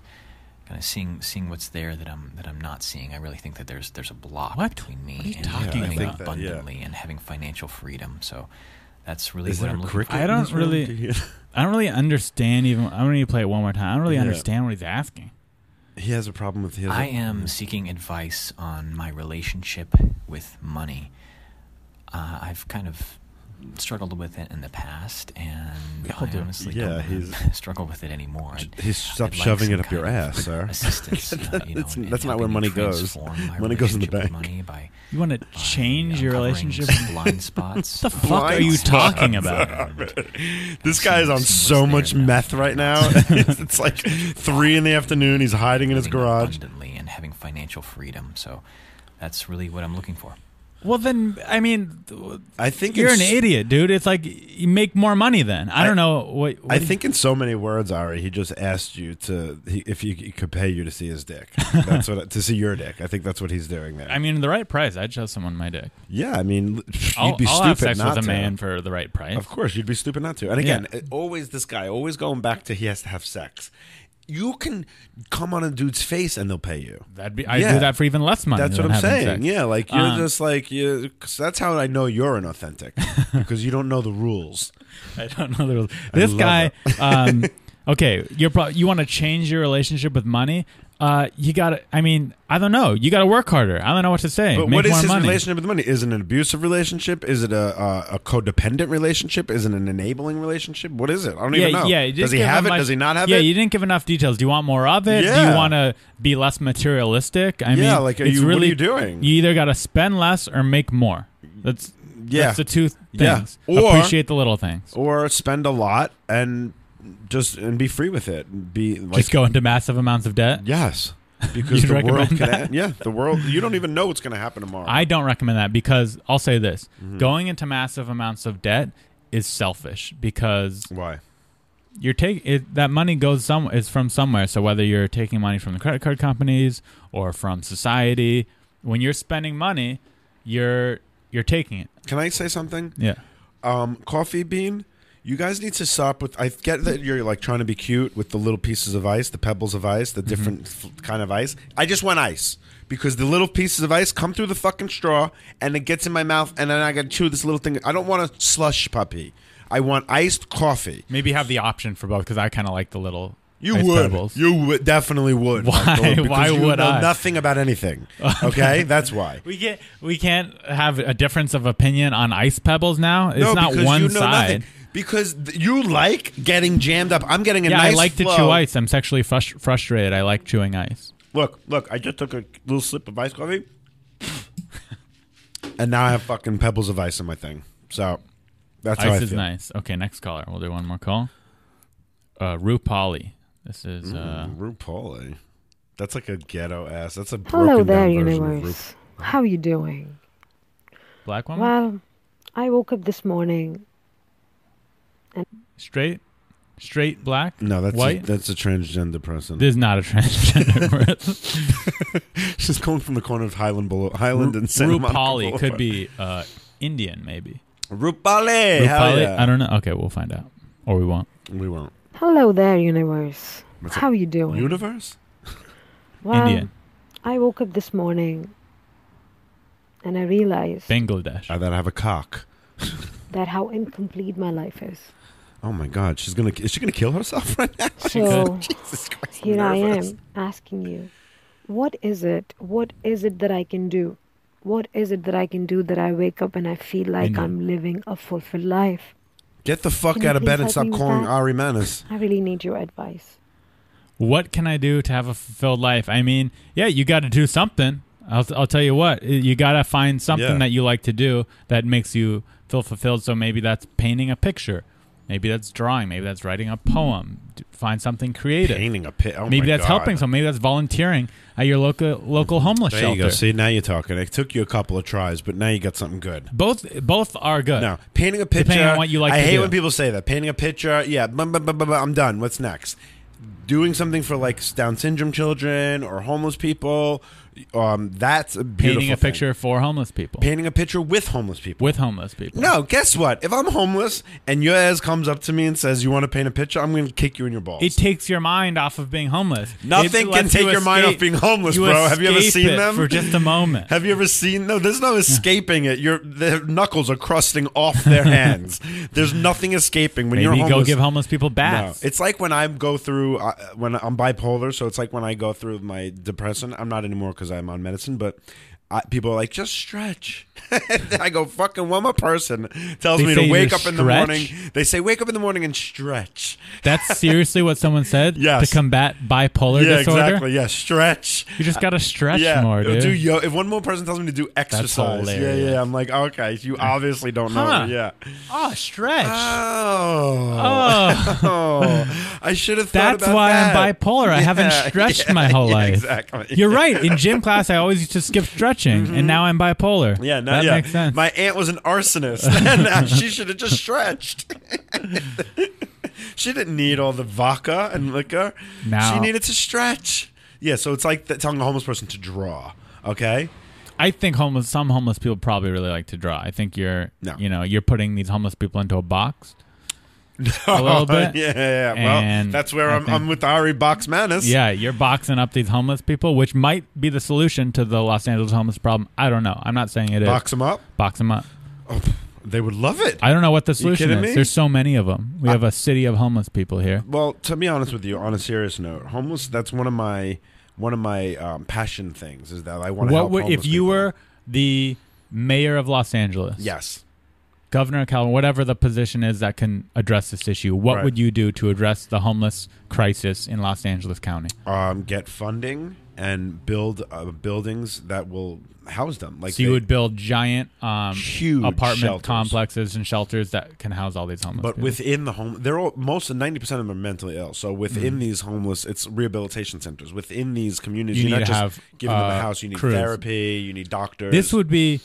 Speaker 4: kind of seeing seeing what's there that I'm that I'm not seeing. I really think that there's there's a block
Speaker 6: What?
Speaker 4: between me
Speaker 6: What are you
Speaker 4: and
Speaker 6: talking
Speaker 4: living
Speaker 7: about? Yeah, I think that, yeah.
Speaker 4: abundantly and having financial freedom. So that's really
Speaker 7: Is
Speaker 4: what
Speaker 7: there
Speaker 4: I'm
Speaker 7: a
Speaker 4: looking
Speaker 7: cricket?
Speaker 4: for.
Speaker 6: I don't
Speaker 7: in this room?
Speaker 6: really-
Speaker 7: Do you-
Speaker 6: I don't really understand even. I'm going to play it one more time. I don't really
Speaker 7: Yeah.
Speaker 6: understand what he's asking.
Speaker 7: He has a problem with his.
Speaker 4: I am seeking advice on my relationship with money. Uh, I've kind of struggled with it in the past, and
Speaker 6: all
Speaker 4: I
Speaker 6: do.
Speaker 4: honestly
Speaker 7: Yeah,
Speaker 4: don't
Speaker 7: he's-
Speaker 4: struggle with it anymore. I'd-
Speaker 7: He's stop
Speaker 4: I'd like
Speaker 7: shoving
Speaker 4: some
Speaker 7: it up your
Speaker 4: kind of
Speaker 7: ass, sir.
Speaker 4: Assistance. uh, you know,
Speaker 7: That's-
Speaker 4: in- in
Speaker 7: that's not where
Speaker 4: helping
Speaker 7: money
Speaker 4: me
Speaker 7: goes.
Speaker 4: transform my
Speaker 7: Money goes in the
Speaker 4: relationship with
Speaker 7: bank.
Speaker 4: Money by
Speaker 6: You want to
Speaker 4: by
Speaker 6: change your
Speaker 4: uncovering
Speaker 6: relationship?
Speaker 4: some blind spots.
Speaker 6: what the fuck are you talking about?
Speaker 7: This guy is on so much meth right now. it's like three in the afternoon. He's hiding in his
Speaker 4: living
Speaker 7: garage.
Speaker 4: abundantly and having financial freedom. So that's really what I'm looking for.
Speaker 6: Well, then, I mean, th-
Speaker 7: I think
Speaker 6: you're an
Speaker 7: it's-
Speaker 6: idiot, dude. It's like you make more money then. I,
Speaker 7: I-
Speaker 6: don't know what. what
Speaker 7: I
Speaker 6: do you-
Speaker 7: think in so many words, Ari, he just asked you to he, if he, he could pay you to see his dick. That's what to see your dick. I think that's what he's doing there.
Speaker 6: I mean, the right price. I'd show someone my dick.
Speaker 7: yeah, I mean, you'd be
Speaker 6: I'll,
Speaker 7: stupid
Speaker 6: I'll have sex
Speaker 7: not
Speaker 6: with a
Speaker 7: to.
Speaker 6: man for the right price.
Speaker 7: Of course, you'd be stupid not to. And again, it- always this guy, always going back to he has to have sex. You can come on a dude's face and they'll pay you.
Speaker 6: That'd be. I
Speaker 7: Yeah.
Speaker 6: do that for even less money.
Speaker 7: That's
Speaker 6: than
Speaker 7: what I'm Uh.
Speaker 6: having
Speaker 7: saying.
Speaker 6: sex.
Speaker 7: Yeah, like you're
Speaker 6: Um,
Speaker 7: just like you. Cause that's how I know you're inauthentic because you don't know the rules.
Speaker 6: I don't know the rules.
Speaker 7: I
Speaker 6: This
Speaker 7: love
Speaker 6: guy. um, okay, you're pro- you want to change your relationship with money. Uh, you got to. I mean, I don't know. You got to work harder. I don't know what to say.
Speaker 7: But
Speaker 6: Make
Speaker 7: what is
Speaker 6: more
Speaker 7: his
Speaker 6: money.
Speaker 7: relationship with money? Is it an abusive relationship? Is it a, a a codependent relationship? Is it an enabling relationship? What is it? I don't
Speaker 6: yeah,
Speaker 7: even know.
Speaker 6: yeah. you didn't
Speaker 7: Does he
Speaker 6: give
Speaker 7: have it?
Speaker 6: enough-
Speaker 7: Does he not have
Speaker 6: yeah,
Speaker 7: it?
Speaker 6: you didn't give enough details. Do you want more of it? Do
Speaker 7: Yeah.
Speaker 6: you want to be less materialistic? I
Speaker 7: Yeah,
Speaker 6: mean,
Speaker 7: like, are
Speaker 6: it's
Speaker 7: you- what are
Speaker 6: really,
Speaker 7: you doing?
Speaker 6: You either got to spend less or make more. That's
Speaker 7: Yeah.
Speaker 6: That's the two things.
Speaker 7: Yeah. Or-
Speaker 6: Appreciate the little things.
Speaker 7: or spend a lot and just and be free with it. Be like,
Speaker 6: Just go into massive amounts of debt.
Speaker 7: Yes, because
Speaker 6: You'd
Speaker 7: the world
Speaker 6: recommend
Speaker 7: can.
Speaker 6: that?
Speaker 7: End. Yeah, the world. You don't even know what's going to happen tomorrow.
Speaker 6: I don't recommend that because I'll say this:
Speaker 7: Mm-hmm.
Speaker 6: going into massive amounts of debt is selfish because
Speaker 7: why?
Speaker 6: you're taking it, that money goes some is from somewhere. So whether you're taking money from the credit card companies or from society, when you're spending money, you're you're taking it.
Speaker 7: Can I say something?
Speaker 6: Yeah.
Speaker 7: Um, coffee bean. You guys need to stop with. I get that you're like trying to be cute with the little pieces of ice, the pebbles of ice,
Speaker 6: Mm-hmm.
Speaker 7: the different f- kind of ice. I just want ice because the little pieces of ice come through the fucking straw and it gets in my mouth, and then I got to chew this little thing. I don't want a slush puppy. I want iced coffee.
Speaker 6: Maybe have the option for both because I kind of like the little
Speaker 7: You
Speaker 6: ice
Speaker 7: would.
Speaker 6: pebbles.
Speaker 7: You would definitely would.
Speaker 6: Why?
Speaker 7: Michael, because
Speaker 6: Why
Speaker 7: you
Speaker 6: would
Speaker 7: know
Speaker 6: I?
Speaker 7: Nothing about anything. Okay, that's why.
Speaker 6: we can't we can't have a difference of opinion on ice pebbles now. It's not
Speaker 7: because
Speaker 6: one
Speaker 7: you know
Speaker 6: side.
Speaker 7: nothing. Because th- you like getting jammed up. I'm getting a
Speaker 6: Yeah,
Speaker 7: nice
Speaker 6: I like to chew
Speaker 7: flow.
Speaker 6: ice. I'm sexually frus- frustrated. I like chewing ice.
Speaker 7: Look, look, I just took a little sip of ice coffee. and now I have fucking pebbles of ice in my thing. So that's how I
Speaker 6: ice is
Speaker 7: feel.
Speaker 6: nice. Okay, next caller. We'll do one more call. Uh, Rupali. This is uh,
Speaker 7: RuPaul. eh? That's like a ghetto ass. That's a broken
Speaker 8: Hello there,
Speaker 7: down version of
Speaker 8: universe. How are you doing?
Speaker 6: black woman.
Speaker 8: Well, I woke up this morning.
Speaker 6: Straight, straight black.
Speaker 7: Ru- No, that's a,
Speaker 6: white.
Speaker 7: that's a transgender person.
Speaker 6: this is not a transgender word.
Speaker 7: She's going from the corner of Highland Boulevard, Highland and Santa Monica
Speaker 6: Rupali
Speaker 7: Boulevard.
Speaker 6: could be uh, Indian, maybe.
Speaker 7: Rupali. hell
Speaker 6: Rupali.
Speaker 7: yeah.
Speaker 6: I don't know. Okay, we'll find out, or we won't.
Speaker 7: We won't.
Speaker 8: Hello there, universe. How are you doing?
Speaker 7: Universe?
Speaker 8: well,
Speaker 6: Indian,
Speaker 8: I woke up this morning and I realized
Speaker 6: Bangladesh.
Speaker 7: I that I have a cock.
Speaker 8: that how incomplete my life is.
Speaker 7: Oh my God, she's gonna is she gonna kill herself right now?
Speaker 8: So
Speaker 7: Jesus Christ!
Speaker 8: here I
Speaker 7: nervous.
Speaker 8: am asking you, what is it? What is it that I can do? What is it that I can do that I wake up and I feel like
Speaker 6: Indian.
Speaker 8: I'm living a fulfilled life?
Speaker 7: Get the fuck
Speaker 8: Can you
Speaker 7: out of bed and
Speaker 8: please help
Speaker 7: stop
Speaker 8: me with
Speaker 7: calling
Speaker 8: that?
Speaker 7: Ari Manis.
Speaker 8: I really need your advice.
Speaker 6: What can I do to have a fulfilled life? I mean, yeah, you got to do something. I'll, I'll tell you what. You got to find something
Speaker 7: Yeah.
Speaker 6: that you like to do that makes you feel fulfilled. So maybe that's painting a picture. Maybe that's drawing. Maybe that's writing a poem. D- Find something creative.
Speaker 7: Painting a pit. Oh
Speaker 6: maybe
Speaker 7: my
Speaker 6: that's
Speaker 7: God.
Speaker 6: helping someone. Maybe that's volunteering at your local local homeless
Speaker 7: There
Speaker 6: shelter.
Speaker 7: you go. See, now you're talking. It took you a couple of tries, but now you got something good.
Speaker 6: both both are good.
Speaker 7: No, painting a picture.
Speaker 6: Depending on what you like
Speaker 7: I
Speaker 6: to
Speaker 7: hate
Speaker 6: do.
Speaker 7: when people say that. Painting a picture. Yeah, bum, bum, bum, bum, bum, I'm done. What's next? Doing something for like Down syndrome children or homeless people. Um, that's a beautiful
Speaker 6: painting a
Speaker 7: thing.
Speaker 6: picture for homeless people
Speaker 7: Painting a picture with homeless people.
Speaker 6: with homeless people.
Speaker 7: no, guess what? If I'm homeless and your ass comes up to me and says you want to paint a picture, I'm going to kick you in your balls.
Speaker 6: It takes your mind off of being homeless.
Speaker 7: Nothing
Speaker 6: It
Speaker 7: can
Speaker 6: lets
Speaker 7: take
Speaker 6: you
Speaker 7: your mind off being homeless, bro. Have you ever
Speaker 6: escape
Speaker 7: seen
Speaker 6: it
Speaker 7: them?
Speaker 6: for just a moment?
Speaker 7: Have you ever seen? No, there's no escaping it. Your their knuckles are crusting off their hands. there's nothing escaping when
Speaker 6: Maybe
Speaker 7: you're
Speaker 6: you
Speaker 7: homeless.
Speaker 6: go give homeless people
Speaker 7: no,
Speaker 6: baths.
Speaker 7: it's like when I go through uh, when I'm bipolar. So it's like when I go through my depression. I'm not anymore because I'm on medicine, but. I, people are like just stretch. And I go fucking one more person tells
Speaker 6: They
Speaker 7: me
Speaker 6: say
Speaker 7: to
Speaker 6: to
Speaker 7: wake up in the
Speaker 6: stretch?
Speaker 7: morning. They say wake up in the morning and stretch.
Speaker 6: That's seriously what someone said
Speaker 7: Yes.
Speaker 6: to combat bipolar
Speaker 7: yeah,
Speaker 6: disorder.
Speaker 7: exactly. Yeah, stretch.
Speaker 6: You just gotta stretch
Speaker 7: yeah,
Speaker 6: more, dude.
Speaker 7: do yo. If one more person tells me to do exercise, yeah,
Speaker 6: eh? hilarious.
Speaker 7: yeah, I'm like, okay, you obviously don't know,
Speaker 6: Huh.
Speaker 7: yeah.
Speaker 6: oh, stretch.
Speaker 7: Oh,
Speaker 6: oh,
Speaker 7: I should have thought
Speaker 6: that's
Speaker 7: about
Speaker 6: why I'm
Speaker 7: that.
Speaker 6: bipolar. I haven't
Speaker 7: Yeah,
Speaker 6: stretched
Speaker 7: yeah,
Speaker 6: my whole
Speaker 7: yeah,
Speaker 6: life.
Speaker 7: Exactly. Mm-hmm.
Speaker 6: You're right. In gym class, I always used to skip stretching, and now I'm bipolar.
Speaker 7: Yeah, no,
Speaker 6: that
Speaker 7: yeah.
Speaker 6: makes sense.
Speaker 7: My aunt was an arsonist, and she should have just stretched. she didn't need all the vodka and liquor.
Speaker 6: No.
Speaker 7: She needed to stretch. Yeah, so it's like th- telling a homeless person to draw. Okay,
Speaker 6: I think homeless. Some homeless people probably really like to draw. I think you're,
Speaker 7: No.
Speaker 6: you know, you're putting these homeless people into a box. A little bit.
Speaker 7: Oh, yeah, yeah, yeah. Well,
Speaker 6: And
Speaker 7: that's where
Speaker 6: I
Speaker 7: I'm, I'm
Speaker 6: think-
Speaker 7: with Ari Box Manus.
Speaker 6: Yeah, you're boxing up these homeless people, which might be the solution to the Los Angeles homeless problem. I don't know. I'm not saying it is.
Speaker 7: box them up.
Speaker 6: Box them up.
Speaker 7: Oh, pff, they would love it.
Speaker 6: I don't know what the solution
Speaker 7: kidding
Speaker 6: is.
Speaker 7: me?
Speaker 6: There's so many of them. We have a city of homeless people here.
Speaker 7: well, to be honest with you, on a serious note, homeless. That's one of my one of my um, passion things is that I want to
Speaker 6: What
Speaker 7: help
Speaker 6: would if
Speaker 7: homeless
Speaker 6: you
Speaker 7: people.
Speaker 6: were the mayor of Los Angeles,
Speaker 7: Yes,
Speaker 6: governor of California, whatever the position is that can address this issue? What
Speaker 7: Right.
Speaker 6: would you do to address the homeless crisis in Los Angeles County?
Speaker 7: um, get funding and build uh, buildings that will house them. Like
Speaker 6: So you
Speaker 7: they-
Speaker 6: would build giant, um,
Speaker 7: Huge
Speaker 6: apartment
Speaker 7: shelters.
Speaker 6: complexes and shelters that can house all these homeless.
Speaker 7: But
Speaker 6: people.
Speaker 7: within the home, they're all most of ninety percent of them are mentally ill. So within
Speaker 6: Mm.
Speaker 7: these homeless, it's rehabilitation centers. Within these communities,
Speaker 6: You
Speaker 7: are
Speaker 6: need
Speaker 7: not
Speaker 6: to
Speaker 7: just
Speaker 6: have,
Speaker 7: giving them a
Speaker 6: uh,
Speaker 7: house. You need
Speaker 6: crews.
Speaker 7: therapy. You need doctors.
Speaker 6: this would be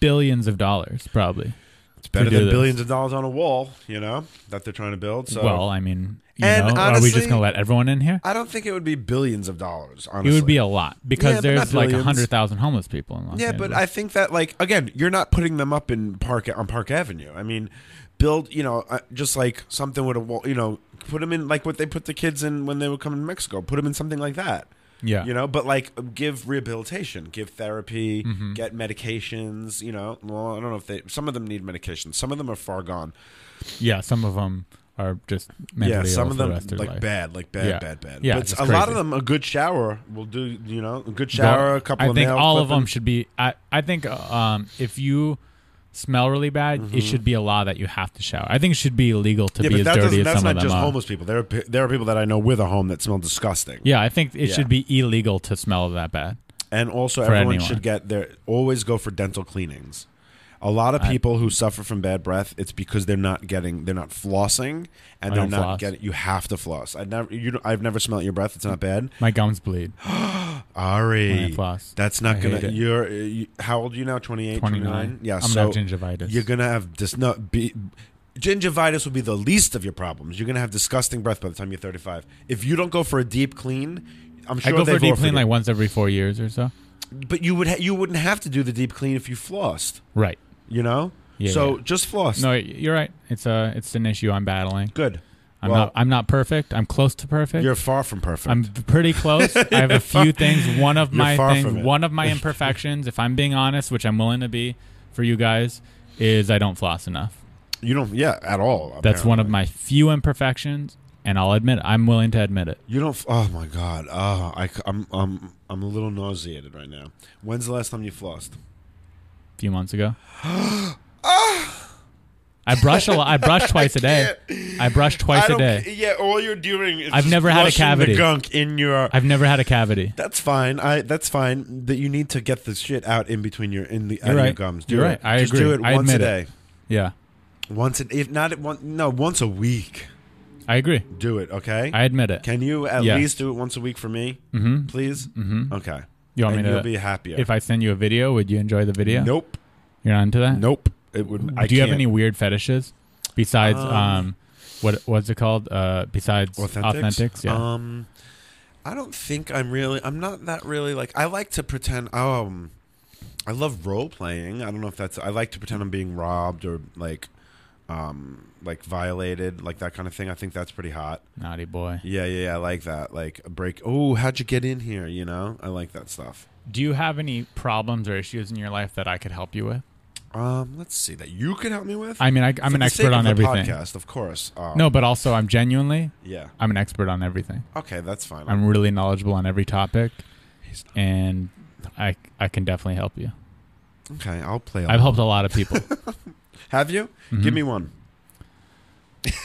Speaker 6: billions of dollars, probably.
Speaker 7: it's better
Speaker 6: to do
Speaker 7: than
Speaker 6: this.
Speaker 7: billions of dollars on a wall. You know that they're trying to build. So
Speaker 6: well, I mean, you
Speaker 7: And
Speaker 6: know, are we
Speaker 7: honestly-
Speaker 6: just gonna let everyone in here?
Speaker 7: I don't think it would be billions of dollars.
Speaker 6: It
Speaker 7: Honestly,
Speaker 6: would be a lot because
Speaker 7: Yeah, but
Speaker 6: there's
Speaker 7: not
Speaker 6: like
Speaker 7: billions.
Speaker 6: hundred thousand homeless people in Los
Speaker 7: yeah,
Speaker 6: Angeles.
Speaker 7: but I think that like again, you're not putting them up in park on Park Avenue. I mean, build you know uh, just like something with a wall. You know, put them in like what they put the kids in when they were coming to Mexico. Put them in something like that.
Speaker 6: yeah,
Speaker 7: You know, but like give rehabilitation, give therapy,
Speaker 6: Mm-hmm.
Speaker 7: get medications. You know, well, I don't know if they. Some of them need medications. Some of them are far gone.
Speaker 6: yeah. Some of them are just mentally
Speaker 7: yeah, some
Speaker 6: ill
Speaker 7: of
Speaker 6: for
Speaker 7: them
Speaker 6: the rest of their
Speaker 7: like
Speaker 6: life.
Speaker 7: bad, like bad,
Speaker 6: Yeah.
Speaker 7: bad, bad.
Speaker 6: Yeah,
Speaker 7: but
Speaker 6: it's
Speaker 7: a lot
Speaker 6: crazy.
Speaker 7: of them a good shower will do. You know, a good
Speaker 6: Well,
Speaker 7: shower, a couple.
Speaker 6: I
Speaker 7: of
Speaker 6: think
Speaker 7: nail
Speaker 6: all of them
Speaker 7: clippings.
Speaker 6: should be. I I think uh, um, if you smell really bad, it should be a law that you have to shower. I think it should be illegal to
Speaker 7: Mm-hmm. Yeah,
Speaker 6: be
Speaker 7: but
Speaker 6: as
Speaker 7: that
Speaker 6: dirty
Speaker 7: doesn't,
Speaker 6: as
Speaker 7: that's
Speaker 6: some
Speaker 7: not
Speaker 6: of them
Speaker 7: just
Speaker 6: are.
Speaker 7: homeless people. There are pe- there are people that I know with a home that smell disgusting.
Speaker 6: Yeah, I think it
Speaker 7: Yeah.
Speaker 6: should be illegal to smell that bad.
Speaker 7: And also,
Speaker 6: For
Speaker 7: everyone
Speaker 6: anyone.
Speaker 7: should get their always go for dental cleanings. A lot of people who suffer from bad breath, it's because they're not getting, they're not flossing, and
Speaker 6: I
Speaker 7: they're
Speaker 6: don't
Speaker 7: not
Speaker 6: floss.
Speaker 7: getting. You have to floss. I never, you, don't- I've never smelled your breath. It's not bad.
Speaker 6: My gums bleed.
Speaker 7: Ari,
Speaker 6: I floss.
Speaker 7: that's not
Speaker 6: I
Speaker 7: gonna.
Speaker 6: hate it.
Speaker 7: You're uh, you, how old are you now? 28,
Speaker 6: 29.
Speaker 7: 29? Yeah,
Speaker 6: I'm
Speaker 7: so
Speaker 6: gonna have gingivitis.
Speaker 7: You're gonna have dis. No, be, gingivitis will be the least of your problems. You're gonna have disgusting breath by the time you're 35. If you don't go for a deep clean, I'm sure
Speaker 6: I go for
Speaker 7: they've
Speaker 6: a deep
Speaker 7: offered
Speaker 6: clean
Speaker 7: you.
Speaker 6: like once every four years or so.
Speaker 7: But you would ha- you wouldn't have to do the deep clean if you flossed.
Speaker 6: Right.
Speaker 7: You know.
Speaker 6: Yeah,
Speaker 7: so
Speaker 6: yeah.
Speaker 7: just floss.
Speaker 6: No, you're right. It's a it's an issue I'm battling.
Speaker 7: good.
Speaker 6: I'm
Speaker 7: Well,
Speaker 6: not I'm not perfect. I'm close to perfect.
Speaker 7: You're far from perfect.
Speaker 6: I'm pretty close. I have a few things. One of
Speaker 7: You're
Speaker 6: my
Speaker 7: far
Speaker 6: things,
Speaker 7: from it.
Speaker 6: one of my imperfections, if I'm being honest, which I'm willing to be for you guys, is I don't floss enough.
Speaker 7: you don't. Yeah, at all.
Speaker 6: That's one of
Speaker 7: apparently.
Speaker 6: my few imperfections, and I'll admit it. I'm willing to admit it.
Speaker 7: You don't. f- Oh my god. Oh, I, am I'm I'm a little nauseated right now. When's the last time you flossed?
Speaker 6: A few months ago.
Speaker 7: Ah!
Speaker 6: I brush a lot. I brush twice a day. I brush twice a day.
Speaker 7: Yeah, all you're doing is
Speaker 6: I've
Speaker 7: just
Speaker 6: never had a
Speaker 7: flushing
Speaker 6: cavity.
Speaker 7: The gunk in your.
Speaker 6: I've never had a cavity.
Speaker 7: that's fine. I that's fine. That you need to get the shit out in between your in the out of your
Speaker 6: right.
Speaker 7: gums. Do
Speaker 6: You're
Speaker 7: it.
Speaker 6: right. I
Speaker 7: Just
Speaker 6: agree.
Speaker 7: do it
Speaker 6: I
Speaker 7: once a
Speaker 6: admit
Speaker 7: day.
Speaker 6: it. Yeah,
Speaker 7: Once, an, if not, at one, no, once a week.
Speaker 6: I agree.
Speaker 7: Do it, okay?
Speaker 6: I admit it.
Speaker 7: Can you at
Speaker 6: Yes.
Speaker 7: least do it once a week for me,
Speaker 6: Mm-hmm.
Speaker 7: please?
Speaker 6: Mm-hmm.
Speaker 7: Okay.
Speaker 6: You want
Speaker 7: and
Speaker 6: me
Speaker 7: you'll
Speaker 6: to?
Speaker 7: be happier.
Speaker 6: If I send you a video, would you enjoy the video?
Speaker 7: Nope.
Speaker 6: You're not into that.
Speaker 7: Nope. It would. I
Speaker 6: Do you have
Speaker 7: can't.
Speaker 6: any weird fetishes besides
Speaker 7: Um,
Speaker 6: um, what what's it called? Uh, besides
Speaker 7: Authentics?
Speaker 6: authentics? Yeah.
Speaker 7: Um, I don't think I'm really. I'm not that really like. I like to pretend. Um, I love role playing. I don't know if that's. I like to pretend I'm being robbed or like, um, like violated, like that kind of thing. I think that's pretty hot.
Speaker 6: Naughty boy.
Speaker 7: Yeah, yeah, yeah. I like that. Like a break. Oh, how'd you get in here? You know, I like that stuff.
Speaker 6: Do you have any problems or issues in your life that I could help you with?
Speaker 7: Um, let's see that you could help me with.
Speaker 6: I mean, I, I'm
Speaker 7: For
Speaker 6: an
Speaker 7: the
Speaker 6: expert
Speaker 7: sake of
Speaker 6: on
Speaker 7: the
Speaker 6: everything.
Speaker 7: Podcast, of course. Um,
Speaker 6: No, but also I'm genuinely
Speaker 7: Yeah.
Speaker 6: I'm an expert on everything.
Speaker 7: Okay, that's fine.
Speaker 6: I'm really knowledgeable on every topic,
Speaker 7: He's not-
Speaker 6: and I I can definitely help you.
Speaker 7: okay, I'll play.
Speaker 6: I've Mm-hmm. helped a lot of people.
Speaker 7: Have you? Give me one.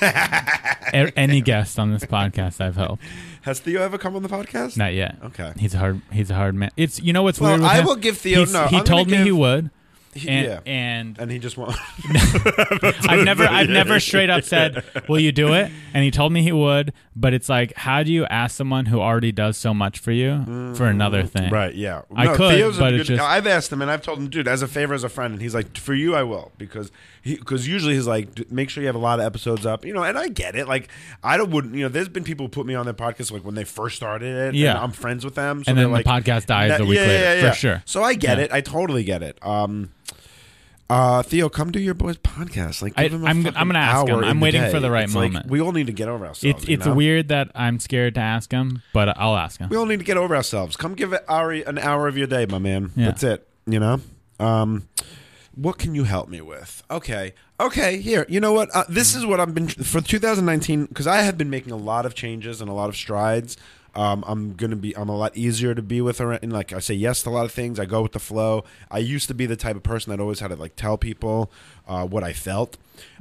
Speaker 6: A- E-, Any guest on this podcast I've helped.
Speaker 7: Has Theo ever come on the podcast?
Speaker 6: Not yet.
Speaker 7: Okay.
Speaker 6: He's a hard he's a hard man. It's you know what's
Speaker 7: Well,
Speaker 6: weird. With
Speaker 7: I
Speaker 6: him?
Speaker 7: will give Theo-
Speaker 6: He's-
Speaker 7: no,
Speaker 6: he
Speaker 7: I'm gonna
Speaker 6: told me he
Speaker 7: give-
Speaker 6: would,
Speaker 7: He-
Speaker 6: and
Speaker 7: yeah.
Speaker 6: and
Speaker 7: And he just won't.
Speaker 6: I've never I've never straight up said, "Will you do it?" And he told me he would, but it's like, how do you ask someone who already does so much for you for another thing?
Speaker 7: Mm. right. Yeah.
Speaker 6: I could,
Speaker 7: Theo's a
Speaker 6: but
Speaker 7: good,
Speaker 6: it's just-
Speaker 7: I've asked him, and I've told him, dude, as a favor, as a friend, and he's like, for you, I will, because he, because usually he's like, "D- make sure you have a lot of episodes up, you know. And I get it. Like, I don't wouldn't, you know. There's been people who put me on their podcast like when they first started it. and
Speaker 6: Yeah.
Speaker 7: I'm friends with them, so
Speaker 6: And
Speaker 7: they're
Speaker 6: then the
Speaker 7: like,
Speaker 6: podcast dies a week
Speaker 7: yeah,
Speaker 6: later,
Speaker 7: yeah,
Speaker 6: for
Speaker 7: yeah.
Speaker 6: sure.
Speaker 7: So I get
Speaker 6: Yeah.
Speaker 7: it. I totally get it. Um. Uh, Theo, come do your boy's podcast. Like,
Speaker 6: I-
Speaker 7: give him a
Speaker 6: I'm-
Speaker 7: fucking
Speaker 6: I'm gonna ask him.
Speaker 7: hour in
Speaker 6: I'm
Speaker 7: the
Speaker 6: waiting
Speaker 7: day.
Speaker 6: for the right
Speaker 7: It's like,
Speaker 6: moment.
Speaker 7: we all need to get over ourselves.
Speaker 6: It's
Speaker 7: you
Speaker 6: it's
Speaker 7: know?
Speaker 6: weird that I'm scared to ask him, but I'll ask him.
Speaker 7: We all need to get over ourselves. Come give Ari an hour of your day, my man.
Speaker 6: Yeah.
Speaker 7: That's it. You know? Um, what can you help me with? Okay. Okay, here. You know what? Uh, this is what I've been for 2019 because I have been making a lot of changes and a lot of strides. Um, I'm gonna be. I'm a lot easier to be with, around, and like I say yes to a lot of things. I go with the flow. I used to be the type of person that always had to like tell people uh, what I felt.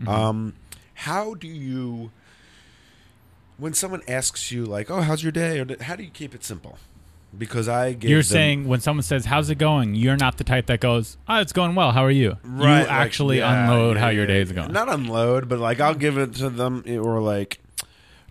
Speaker 7: Um, how do you? when someone asks you like oh how's your day or how do you keep it simple because i give
Speaker 6: You're
Speaker 7: them-
Speaker 6: saying when someone says, "How's it going?" You're not the type that goes, "Oh, it's going well. How are you?"
Speaker 7: right
Speaker 6: you
Speaker 7: like,
Speaker 6: actually
Speaker 7: yeah,
Speaker 6: unload
Speaker 7: yeah,
Speaker 6: how
Speaker 7: yeah,
Speaker 6: your day's
Speaker 7: yeah.
Speaker 6: going.
Speaker 7: not unload but like i'll give it to them eh, or like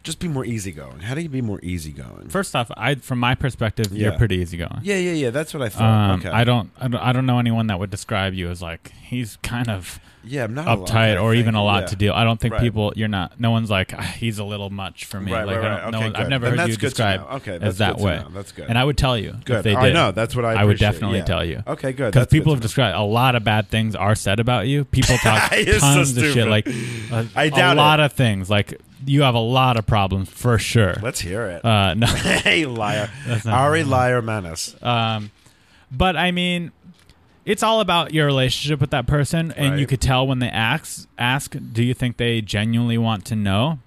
Speaker 7: just be more easygoing how do you be more easygoing
Speaker 6: First off, I from my perspective, you're
Speaker 7: Yeah.
Speaker 6: pretty easygoing.
Speaker 7: yeah yeah yeah that's what i thought
Speaker 6: Um,
Speaker 7: okay
Speaker 6: I don't, I don't, I don't know anyone that would describe you as like he's kind of
Speaker 7: yeah i'm not a lot,
Speaker 6: uptight
Speaker 7: I
Speaker 6: or
Speaker 7: think.
Speaker 6: even a lot
Speaker 7: Yeah.
Speaker 6: to deal. I don't think
Speaker 7: Right.
Speaker 6: people. You're not. No one's like "Ah, he's a little much for me.
Speaker 7: Right,
Speaker 6: like
Speaker 7: right,
Speaker 6: I
Speaker 7: right.
Speaker 6: don't, no
Speaker 7: Okay,
Speaker 6: one, I've
Speaker 7: good.
Speaker 6: never
Speaker 7: Then
Speaker 6: heard you
Speaker 7: that's good to
Speaker 6: described
Speaker 7: know. Okay,
Speaker 6: as
Speaker 7: that's
Speaker 6: that
Speaker 7: good to
Speaker 6: way.
Speaker 7: know. That's good.
Speaker 6: And I would tell you if
Speaker 7: good
Speaker 6: they did.
Speaker 7: i know that's what i
Speaker 6: would
Speaker 7: appreciate.
Speaker 6: definitely
Speaker 7: Yeah.
Speaker 6: tell you.
Speaker 7: okay good
Speaker 6: Because
Speaker 7: That's good
Speaker 6: people
Speaker 7: to
Speaker 6: have
Speaker 7: know.
Speaker 6: described a lot of bad things are said about you. People talk
Speaker 7: You're so
Speaker 6: tons of shit.
Speaker 7: stupid.
Speaker 6: Like a,
Speaker 7: I
Speaker 6: a
Speaker 7: doubt it.
Speaker 6: lot of things. Like you have a lot of problems for sure.
Speaker 7: let's hear it
Speaker 6: uh, no.
Speaker 7: hey liar ari liar manus
Speaker 6: Um, but I mean, it's all about your relationship with that person, and you
Speaker 7: Right.
Speaker 6: could tell when they ask, ask, do you think they genuinely want to know?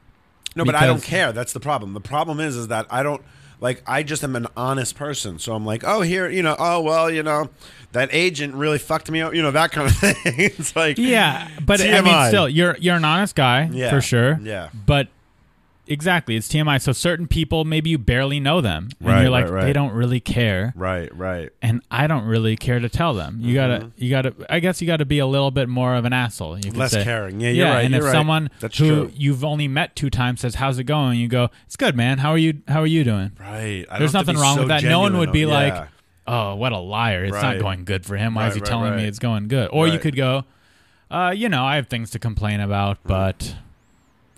Speaker 7: No, but I don't
Speaker 6: Because-
Speaker 7: care. That's the problem. The problem is, is that I don't like. I just am an honest person, so I'm like, oh, here, you know, oh well, you know, that agent really fucked me up, you know, that kind of thing. it's like,
Speaker 6: Yeah, but I mean,
Speaker 7: TMI.
Speaker 6: still, you're you're an honest guy
Speaker 7: Yeah,
Speaker 6: for sure.
Speaker 7: yeah.
Speaker 6: but exactly, it's TMI. So certain people, maybe you barely know them, and
Speaker 7: Right,
Speaker 6: you're like,
Speaker 7: right, right.
Speaker 6: they don't really care.
Speaker 7: right, right,
Speaker 6: And I don't really care to tell them. You gotta,
Speaker 7: Mm-hmm.
Speaker 6: you gotta. I guess you gotta be a little bit more of an asshole. You could
Speaker 7: less
Speaker 6: say.
Speaker 7: caring. Yeah, you're right.
Speaker 6: and
Speaker 7: you're
Speaker 6: if
Speaker 7: right.
Speaker 6: someone
Speaker 7: that's
Speaker 6: who
Speaker 7: true.
Speaker 6: you've only met two times says, "How's it going?" you go, "It's good, man. How are you? How are you doing?"
Speaker 7: Right. I
Speaker 6: There's
Speaker 7: don't have to
Speaker 6: nothing
Speaker 7: be
Speaker 6: wrong
Speaker 7: so
Speaker 6: with that. No one
Speaker 7: genuine
Speaker 6: would be
Speaker 7: on-
Speaker 6: like,
Speaker 7: yeah.
Speaker 6: "Oh, what a liar! It's not
Speaker 7: Right.
Speaker 6: going good for him. Why is
Speaker 7: Right,
Speaker 6: he
Speaker 7: right,
Speaker 6: telling me
Speaker 7: right.
Speaker 6: it's going good?" Or you
Speaker 7: Right.
Speaker 6: could go, uh, "You know, I have things to complain about,
Speaker 7: Mm-hmm.
Speaker 6: but."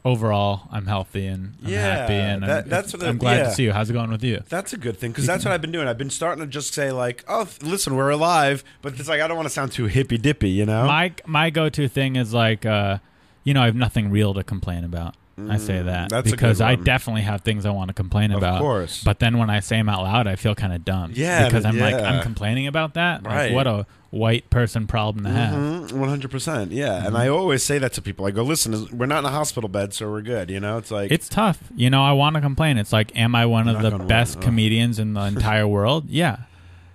Speaker 6: Overall, I'm healthy and I'm
Speaker 7: Yeah,
Speaker 6: happy, and
Speaker 7: that-
Speaker 6: I'm,
Speaker 7: that's what
Speaker 6: I'm
Speaker 7: it-
Speaker 6: glad to
Speaker 7: yeah.
Speaker 6: see you. How's it going with you?
Speaker 7: That's a good thing because that's what I've been doing. I've been starting to just say like, "Oh, th- listen, we're alive," but it's like I don't want to sound too hippy dippy, you know?
Speaker 6: My my go-to thing is like, uh, you know, I have nothing real to complain about. I say that
Speaker 7: Mm, that's a good
Speaker 6: because I
Speaker 7: one.
Speaker 6: definitely have things I want to complain
Speaker 7: Of
Speaker 6: about.
Speaker 7: course.
Speaker 6: But then when I say them out loud, I feel kind of dumb.
Speaker 7: Yeah,
Speaker 6: because
Speaker 7: but-
Speaker 6: I'm like, I'm
Speaker 7: yeah.
Speaker 6: complaining about that. Like,
Speaker 7: Right. Mm-hmm.
Speaker 6: what a white person problem to have.
Speaker 7: Mm, One hundred percent, yeah.
Speaker 6: Mm-hmm.
Speaker 7: And I always say that to people. I go, "Listen, is- we're not in a hospital bed, so we're good." You know, it's like
Speaker 6: It's tough. You know, I want to complain. It's like, am I one of
Speaker 7: Knock
Speaker 6: the
Speaker 7: on wood.
Speaker 6: best
Speaker 7: Oh.
Speaker 6: comedians in the entire world? Yeah.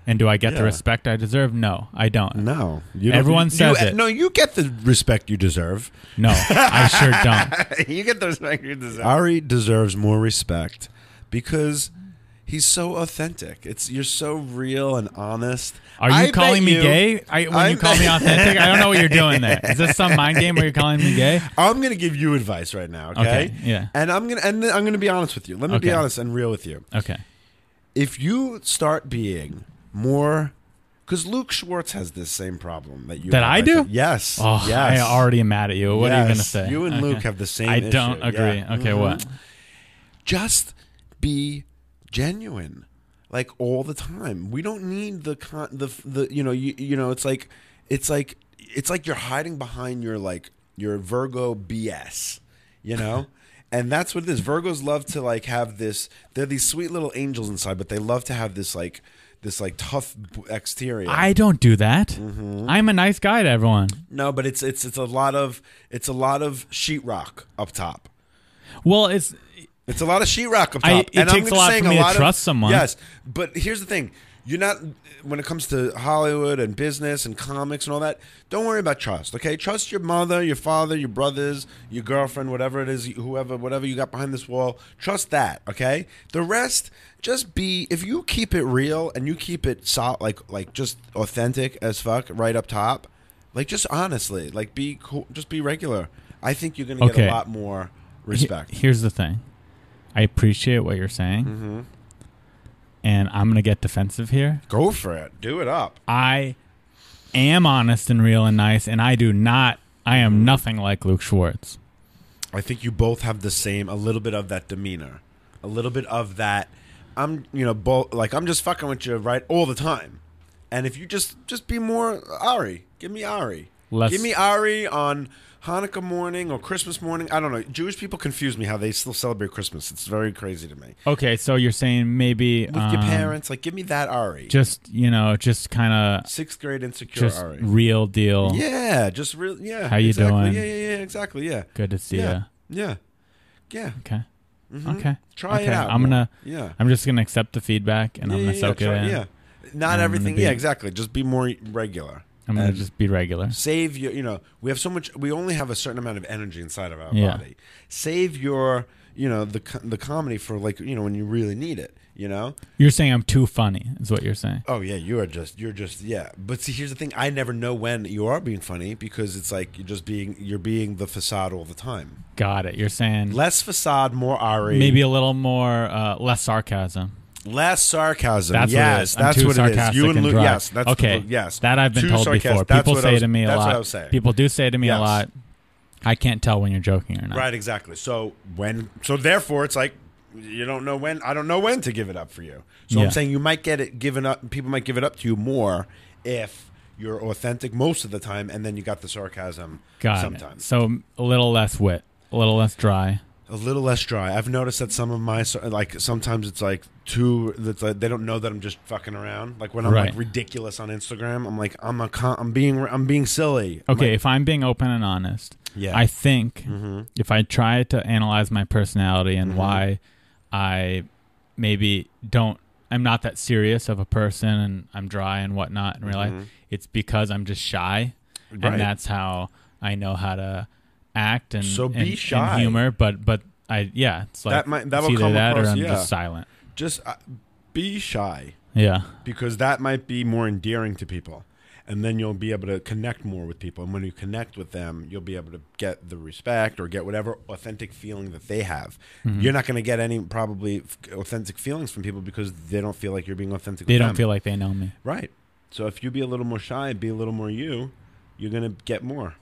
Speaker 6: And do I get the
Speaker 7: Yeah.
Speaker 6: respect I deserve? No, I don't.
Speaker 7: No, you don't-
Speaker 6: Everyone
Speaker 7: you-
Speaker 6: says
Speaker 7: you-
Speaker 6: it.
Speaker 7: No, you get the respect you deserve.
Speaker 6: No, I sure don't.
Speaker 7: you get the respect you deserve. Ari deserves more respect because He's so authentic. It's you're so real and honest.
Speaker 6: Are you
Speaker 7: I
Speaker 6: calling
Speaker 7: bet
Speaker 6: me
Speaker 7: you-
Speaker 6: gay? I, when
Speaker 7: I
Speaker 6: you call me authentic, I don't know what you're doing there. Is this some mind game where you're calling me gay?
Speaker 7: I'm gonna give you advice right now, okay?
Speaker 6: Okay, yeah.
Speaker 7: And I'm gonna and I'm gonna be honest with you. Let me be
Speaker 6: Okay.
Speaker 7: honest and real with you.
Speaker 6: Okay.
Speaker 7: If you start being more, because Luke Schwartz has this same problem that you
Speaker 6: That
Speaker 7: have,
Speaker 6: I do?
Speaker 7: think. Yes.
Speaker 6: Oh, I
Speaker 7: yes.
Speaker 6: already am mad at you. What are you
Speaker 7: Yes.
Speaker 6: gonna say?
Speaker 7: You and
Speaker 6: Okay.
Speaker 7: Luke have the same.
Speaker 6: I don't
Speaker 7: issue.
Speaker 6: agree.
Speaker 7: Yeah.
Speaker 6: Okay,
Speaker 7: Mhm.
Speaker 6: what?
Speaker 7: Just be genuine, like all the time. We don't need the con- the the you know you you know it's like it's like it's like you're hiding behind your like your Virgo BS, you know. And that's what it is. Virgos love to like have this. They're these sweet little angels inside, but they love to have this like this like tough b- exterior.
Speaker 6: I don't do that.
Speaker 7: Mm-hmm.
Speaker 6: I'm a nice guy to everyone.
Speaker 7: no, but it's it's it's a lot of it's a lot of sheetrock up top.
Speaker 6: Well, it's
Speaker 7: It's a lot of sheetrock up top.
Speaker 6: I- it
Speaker 7: and
Speaker 6: takes
Speaker 7: I'm
Speaker 6: a lot
Speaker 7: saying
Speaker 6: for me to
Speaker 7: lot of-
Speaker 6: trust someone.
Speaker 7: Yes, but here's the thing: you're not when it comes to Hollywood and business and comics and all that. Don't worry about trust. Okay, trust your mother, your father, your brothers, your girlfriend, whatever it is, whoever, whatever you got behind this wall. Trust that. Okay, the rest just be. If you keep it real and you keep it so, like like just authentic as fuck, right up top, like just honestly, like be cool, just be regular. I think you're gonna
Speaker 6: Okay.
Speaker 7: get a lot more
Speaker 6: he-
Speaker 7: respect.
Speaker 6: here's the thing. I appreciate what you're saying,
Speaker 7: Mm-hmm.
Speaker 6: and I'm gonna get defensive here.
Speaker 7: Go for it. Do it up.
Speaker 6: I am honest and real and nice, and I do not. I am nothing like Luke Schwartz.
Speaker 7: I think you both have the same a little bit of that demeanor, a little bit of that. I'm you know both like I'm just fucking with you right all the time, and if you just just be more Ari, give me Ari,
Speaker 6: Less-
Speaker 7: give me Ari on Hanukkah morning or Christmas morning. I don't know. Jewish people confuse me how they still celebrate Christmas. It's very crazy to me.
Speaker 6: Okay, so you're saying maybe
Speaker 7: With your
Speaker 6: um,
Speaker 7: parents, like give me that Ari,
Speaker 6: just you know, just kind of
Speaker 7: sixth grade insecure
Speaker 6: just
Speaker 7: Ari.
Speaker 6: real deal.
Speaker 7: yeah, just real. Yeah,
Speaker 6: How you
Speaker 7: exactly.
Speaker 6: doing?
Speaker 7: Yeah, yeah, yeah, exactly. Yeah,
Speaker 6: Good to see
Speaker 7: yeah,
Speaker 6: you.
Speaker 7: yeah, yeah.
Speaker 6: Okay. Okay.
Speaker 7: Try it
Speaker 6: Okay,
Speaker 7: out.
Speaker 6: I'm
Speaker 7: more.
Speaker 6: gonna.
Speaker 7: Yeah.
Speaker 6: I'm just gonna accept the feedback and I'm
Speaker 7: Yeah,
Speaker 6: gonna
Speaker 7: yeah,
Speaker 6: soak
Speaker 7: try-
Speaker 6: it in.
Speaker 7: Yeah, not
Speaker 6: And I'm
Speaker 7: everything.
Speaker 6: gonna be-
Speaker 7: Yeah, exactly. Just be more regular.
Speaker 6: I'm gonna
Speaker 7: And
Speaker 6: just be regular.
Speaker 7: save your. You know, we have so much. We only have a certain amount of energy inside of our
Speaker 6: Yeah.
Speaker 7: body. Save your. You know the co- the comedy for like you know when you really need it. You know.
Speaker 6: You're saying I'm too funny, is what you're saying.
Speaker 7: Oh yeah, you are just you're just yeah. But see, here's the thing: I never know when you are being funny because it's like you're just being you're being the facade all the time.
Speaker 6: Got it. You're saying
Speaker 7: Less facade, more Ari.
Speaker 6: maybe a little more, uh, less sarcasm.
Speaker 7: less sarcasm.
Speaker 6: That's
Speaker 7: yes,
Speaker 6: what it is. I'm
Speaker 7: that's
Speaker 6: too
Speaker 7: what
Speaker 6: sarcastic
Speaker 7: it is. You and,
Speaker 6: and
Speaker 7: Luke.
Speaker 6: dry.
Speaker 7: Yes, that's
Speaker 6: okay.
Speaker 7: The, yes,
Speaker 6: that I've been
Speaker 7: Too
Speaker 6: told
Speaker 7: sarcastic.
Speaker 6: before.
Speaker 7: That's
Speaker 6: People
Speaker 7: what
Speaker 6: say
Speaker 7: I was-
Speaker 6: to me a
Speaker 7: that's
Speaker 6: lot.
Speaker 7: What I was saying.
Speaker 6: People do say to me
Speaker 7: Yes.
Speaker 6: a lot. I can't tell when you're joking or not.
Speaker 7: Right, exactly. So when so therefore it's like you don't know when I don't know when to give it up for you. So
Speaker 6: Yeah.
Speaker 7: I'm saying you might get it given up people might give it up to you more if you're authentic most of the time and then you got the sarcasm
Speaker 6: Got it.
Speaker 7: sometimes.
Speaker 6: So a little less wit, a little less dry.
Speaker 7: A little less dry. I've noticed that some of my sar- like sometimes it's like too that's like they don't know that I'm just fucking around. Like when I'm
Speaker 6: Right.
Speaker 7: like ridiculous on Instagram, I'm like I'm a con- I'm being I'm being silly. I'm
Speaker 6: Okay,
Speaker 7: like-
Speaker 6: if I'm being open and honest,
Speaker 7: Yeah. Mm-hmm.
Speaker 6: I think if I try to analyze my personality and why I maybe don't, I'm not that serious of a person and I'm dry and whatnot in real life, it's because I'm just shy.
Speaker 7: Mm-hmm. Right.
Speaker 6: And that's how I know how to act and,
Speaker 7: So be
Speaker 6: and- and
Speaker 7: shy.
Speaker 6: humor. But, but I, yeah, it's like
Speaker 7: That might- that
Speaker 6: it's
Speaker 7: will
Speaker 6: either
Speaker 7: come
Speaker 6: that or
Speaker 7: across-
Speaker 6: I'm
Speaker 7: yeah.
Speaker 6: just silent.
Speaker 7: just uh, be shy.
Speaker 6: Yeah.
Speaker 7: because that might be more endearing to people and then you'll be able to connect more with people and when you connect with them you'll be able to get the respect or get whatever authentic feeling that they have
Speaker 6: Mm-hmm.
Speaker 7: you're not going to get any probably f- authentic feelings from people because they don't feel like you're being authentic
Speaker 6: They
Speaker 7: with
Speaker 6: don't
Speaker 7: them.
Speaker 6: feel like they know me.
Speaker 7: right so if you be a little more shy be a little more you you're going to get more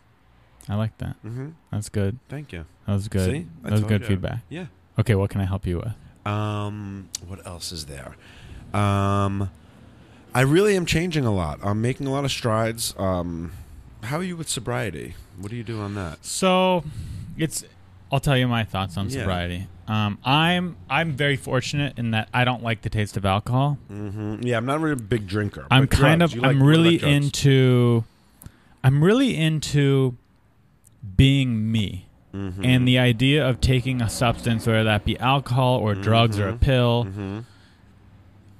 Speaker 6: I like that.
Speaker 7: mm-hmm.
Speaker 6: That's good.
Speaker 7: thank you
Speaker 6: That was good.
Speaker 7: See? I
Speaker 6: that was
Speaker 7: told
Speaker 6: good
Speaker 7: you.
Speaker 6: feedback.
Speaker 7: yeah
Speaker 6: Okay, what can I help you with?
Speaker 7: Um, what else is there? Um, I really am changing a lot. I'm making a lot of strides. Um, how are you with sobriety? What do you do on that?
Speaker 6: So, it's. I'll tell you my thoughts on
Speaker 7: Yeah.
Speaker 6: sobriety. Um, I'm I'm very fortunate in that I don't like the taste of alcohol.
Speaker 7: Mm-hmm. Yeah, I'm not really a big drinker.
Speaker 6: I'm
Speaker 7: but
Speaker 6: kind
Speaker 7: drugs,
Speaker 6: of
Speaker 7: you like-
Speaker 6: I'm
Speaker 7: what
Speaker 6: really
Speaker 7: about drugs?
Speaker 6: into I'm really into being me.
Speaker 7: Mm-hmm.
Speaker 6: And the idea of taking a substance, whether that be alcohol or
Speaker 7: Mm-hmm.
Speaker 6: drugs or a pill,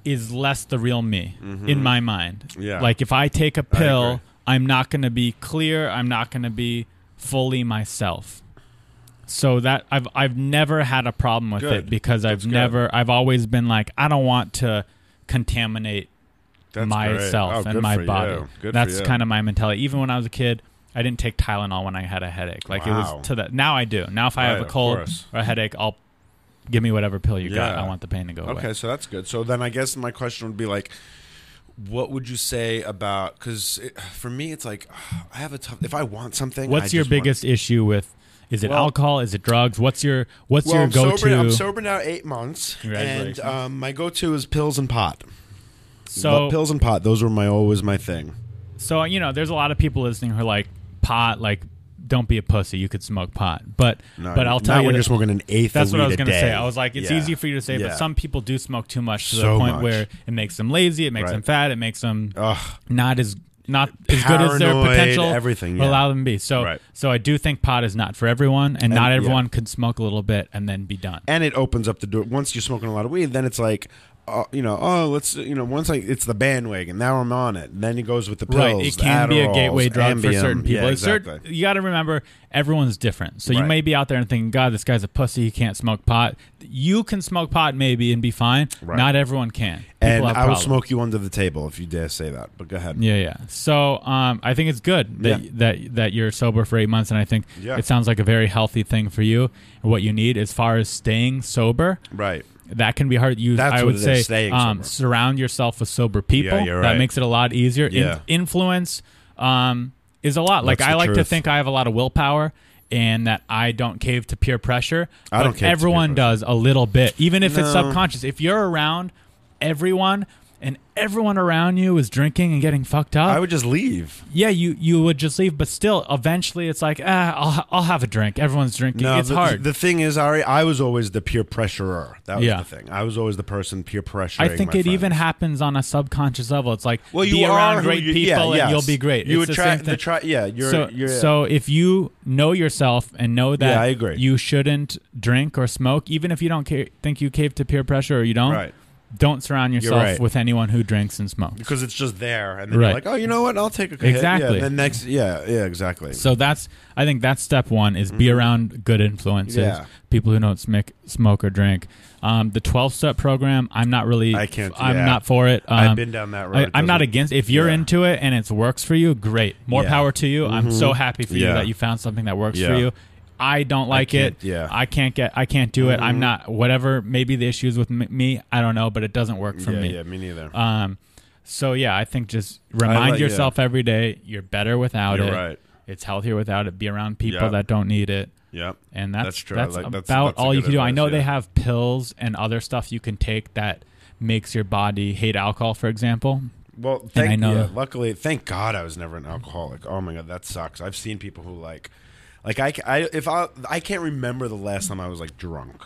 Speaker 6: is less the real me in my mind.
Speaker 7: Mm-hmm. Yeah.
Speaker 6: Like if I take a
Speaker 7: I agree.
Speaker 6: pill, I'm not going to be clear. I'm not going to be fully myself. So that I've I've never had a problem with
Speaker 7: Good.
Speaker 6: it because I've
Speaker 7: That's good.
Speaker 6: never I've always been like I don't want to contaminate
Speaker 7: That's great. Oh,
Speaker 6: myself and
Speaker 7: good
Speaker 6: my
Speaker 7: for
Speaker 6: body.
Speaker 7: you. Good
Speaker 6: That's
Speaker 7: for you.
Speaker 6: kind of my mentality. Even when I was a kid, I didn't take Tylenol when I had a headache. Like it
Speaker 7: Wow.
Speaker 6: was to that. Now I do. Now if I
Speaker 7: Right,
Speaker 6: have a
Speaker 7: of
Speaker 6: cold
Speaker 7: course.
Speaker 6: or a headache, I'll give me whatever pill you got.
Speaker 7: Yeah.
Speaker 6: I want the pain to go
Speaker 7: Okay,
Speaker 6: away.
Speaker 7: so that's good. So then I guess my question would be like, what would you say about? Because for me, it's like I have a tough. If I want something, I
Speaker 6: What's your
Speaker 7: just want-
Speaker 6: biggest issue with? Is it
Speaker 7: Well-
Speaker 6: alcohol? Is it drugs? What's your What's
Speaker 7: well,
Speaker 6: your
Speaker 7: I'm
Speaker 6: go
Speaker 7: sober. I'm
Speaker 6: to?
Speaker 7: sober now eight months,
Speaker 6: Congratulations.
Speaker 7: and um, my go-to is pills and pot.
Speaker 6: So
Speaker 7: pills and pot. Those were my always my thing.
Speaker 6: so you know, there's a lot of people listening who are like pot. Like, don't be a pussy. You could smoke pot, but
Speaker 7: No,
Speaker 6: but I'll
Speaker 7: not
Speaker 6: tell you
Speaker 7: when
Speaker 6: that-
Speaker 7: you're smoking an eighth.
Speaker 6: That's
Speaker 7: of
Speaker 6: what I
Speaker 7: weed
Speaker 6: was
Speaker 7: a
Speaker 6: going to say.
Speaker 7: day.
Speaker 6: I was like, it's
Speaker 7: Yeah.
Speaker 6: easy for you to say,
Speaker 7: Yeah.
Speaker 6: but some people do smoke too much to
Speaker 7: So
Speaker 6: the point
Speaker 7: much.
Speaker 6: where it makes them lazy, it makes
Speaker 7: Right.
Speaker 6: them fat, it makes them
Speaker 7: Ugh.
Speaker 6: not as not as good as their
Speaker 7: Paranoid,
Speaker 6: potential.
Speaker 7: everything,
Speaker 6: will
Speaker 7: yeah.
Speaker 6: allow them to be. So
Speaker 7: Right.
Speaker 6: so I do think pot is not for everyone, and, not
Speaker 7: yeah.
Speaker 6: everyone could smoke a little bit and then be done.
Speaker 7: and it opens up the door. Once you're smoking a lot of weed, then it's like, uh, you know, oh, let's, you know, once I, it's the bandwagon. Now I'm on it. And then it goes with the pills.
Speaker 6: Right, it can be a
Speaker 7: Adderalls,
Speaker 6: gateway drug for
Speaker 7: Ambien.
Speaker 6: certain people.
Speaker 7: Yeah,
Speaker 6: It's cert-
Speaker 7: exactly.
Speaker 6: you got to remember, everyone's different. So you
Speaker 7: Right.
Speaker 6: may be out there and thinking, "God, this guy's a pussy. He can't smoke pot." You can smoke pot maybe and be fine.
Speaker 7: Right.
Speaker 6: Not everyone can. People have
Speaker 7: and I will
Speaker 6: problems.
Speaker 7: smoke you under the table if you dare say that. But go ahead.
Speaker 6: Yeah, yeah. So um, I think it's good that
Speaker 7: Yeah.
Speaker 6: that that you're sober for eight months, and I think
Speaker 7: Yeah.
Speaker 6: it sounds like a very healthy thing for you. And what you need as far as staying sober,
Speaker 7: Right.
Speaker 6: that can be hard. You,
Speaker 7: That's
Speaker 6: I
Speaker 7: what
Speaker 6: would
Speaker 7: it is,
Speaker 6: say,
Speaker 7: staying
Speaker 6: um,
Speaker 7: sober.
Speaker 6: surround yourself with sober people.
Speaker 7: Yeah, you're
Speaker 6: That
Speaker 7: right.
Speaker 6: makes it a lot easier. In-
Speaker 7: Yeah.
Speaker 6: influence um, is a lot. Like
Speaker 7: That's
Speaker 6: I
Speaker 7: the
Speaker 6: like to
Speaker 7: truth.
Speaker 6: think I have a lot of willpower. And that I don't cave to peer pressure.
Speaker 7: I
Speaker 6: but
Speaker 7: don't cave to peer
Speaker 6: Everyone
Speaker 7: pressure.
Speaker 6: does a little bit, even if it's
Speaker 7: No.
Speaker 6: subconscious. If you're around everyone and everyone around you is drinking and getting fucked up,
Speaker 7: I would just leave.
Speaker 6: yeah, you you would just leave, but still, eventually, it's like, ah, I'll I'll have a drink. Everyone's drinking.
Speaker 7: No,
Speaker 6: it's
Speaker 7: the,
Speaker 6: hard.
Speaker 7: The thing is, Ari, I was always the peer pressurer. That was
Speaker 6: Yeah.
Speaker 7: the thing. I was always the person peer pressuring.
Speaker 6: I think
Speaker 7: my
Speaker 6: it even
Speaker 7: friends.
Speaker 6: happens on a subconscious level. It's like,
Speaker 7: Well, you
Speaker 6: be
Speaker 7: are
Speaker 6: around
Speaker 7: who
Speaker 6: great
Speaker 7: you-
Speaker 6: people
Speaker 7: yeah,
Speaker 6: and
Speaker 7: yes.
Speaker 6: you'll be great.
Speaker 7: You
Speaker 6: it's the
Speaker 7: attract
Speaker 6: same
Speaker 7: the
Speaker 6: thing.
Speaker 7: tri- yeah, you're-
Speaker 6: so,
Speaker 7: you're-
Speaker 6: so if you know yourself and know that
Speaker 7: Yeah, I agree.
Speaker 6: you shouldn't drink or smoke, even if you don't ca- think you cave to peer pressure or you don't,
Speaker 7: Right.
Speaker 6: don't surround yourself
Speaker 7: right.
Speaker 6: with anyone who drinks and smokes.
Speaker 7: Because it's just there, and then
Speaker 6: Right.
Speaker 7: you're like, oh, you know what? I'll take a hit.
Speaker 6: Exactly.
Speaker 7: Yeah, then next, yeah, yeah, exactly. Mm-hmm.
Speaker 6: So that's I think that's step one is be around good influences,
Speaker 7: Yeah.
Speaker 6: people who don't smoke, smoke or drink. Um, the twelve step program, I'm not really,
Speaker 7: I can't-
Speaker 6: I'm
Speaker 7: yeah.
Speaker 6: not for it. Um,
Speaker 7: I've been down that road. It
Speaker 6: I, am not
Speaker 7: doesn't-
Speaker 6: against. If you're
Speaker 7: yeah.
Speaker 6: into it and it works for you, great. More
Speaker 7: Yeah. Mm-hmm.
Speaker 6: power to you. I'm so happy for you
Speaker 7: Yeah.
Speaker 6: that you found something that works for
Speaker 7: Yeah.
Speaker 6: you. I don't like
Speaker 7: can't-
Speaker 6: it.
Speaker 7: yeah. Mm-hmm.
Speaker 6: I can't get. I can't do it. I'm not. Whatever. Maybe the issues with m- me. I don't know, but it doesn't work for
Speaker 7: yeah,
Speaker 6: me.
Speaker 7: yeah, me neither.
Speaker 6: Um, so yeah, I think just remind
Speaker 7: like- yeah.
Speaker 6: yourself every day you're better without
Speaker 7: You're
Speaker 6: it.
Speaker 7: right.
Speaker 6: It's healthier without it. Be around people
Speaker 7: Yeah.
Speaker 6: that don't need it.
Speaker 7: Yep.
Speaker 6: And that's,
Speaker 7: That's true. I
Speaker 6: That's
Speaker 7: like-
Speaker 6: about
Speaker 7: that's- that's a
Speaker 6: all you
Speaker 7: good
Speaker 6: can do. I
Speaker 7: advice,
Speaker 6: know they
Speaker 7: yeah.
Speaker 6: have pills and other stuff you can take that makes your body hate alcohol, for example.
Speaker 7: Well, thank,
Speaker 6: I know-
Speaker 7: yeah, luckily, thank God I was never an alcoholic. Oh my God, that sucks. I've seen people who like, like I, ca- I if I, I can't remember the last time I was like drunk.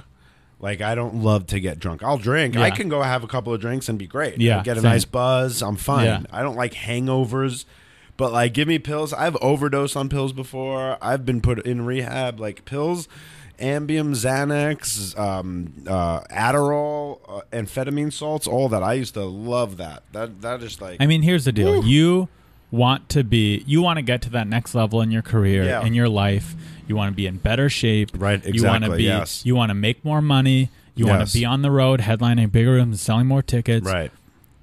Speaker 7: Like I don't love to get drunk. I'll drink. I
Speaker 6: Yeah.
Speaker 7: can go have a couple of drinks and be great.
Speaker 6: Yeah,
Speaker 7: I get a
Speaker 6: same.
Speaker 7: nice buzz. I'm fine.
Speaker 6: Yeah.
Speaker 7: I don't like hangovers. But like, give me pills. I've overdosed on pills before. I've been put in rehab. Like pills, Ambien, Xanax, um, uh, Adderall, uh, amphetamine salts, all that. I used to love that. That that just like
Speaker 6: I mean, here's the deal. You want to be you want to get to that next level in your career,
Speaker 7: Yeah.
Speaker 6: in your life. You want to be in better shape.
Speaker 7: Right,
Speaker 6: You want to
Speaker 7: exactly,
Speaker 6: be
Speaker 7: yes.
Speaker 6: you want to make more money. You want
Speaker 7: Yes.
Speaker 6: to be on the road, headlining bigger rooms, selling more tickets.
Speaker 7: Right.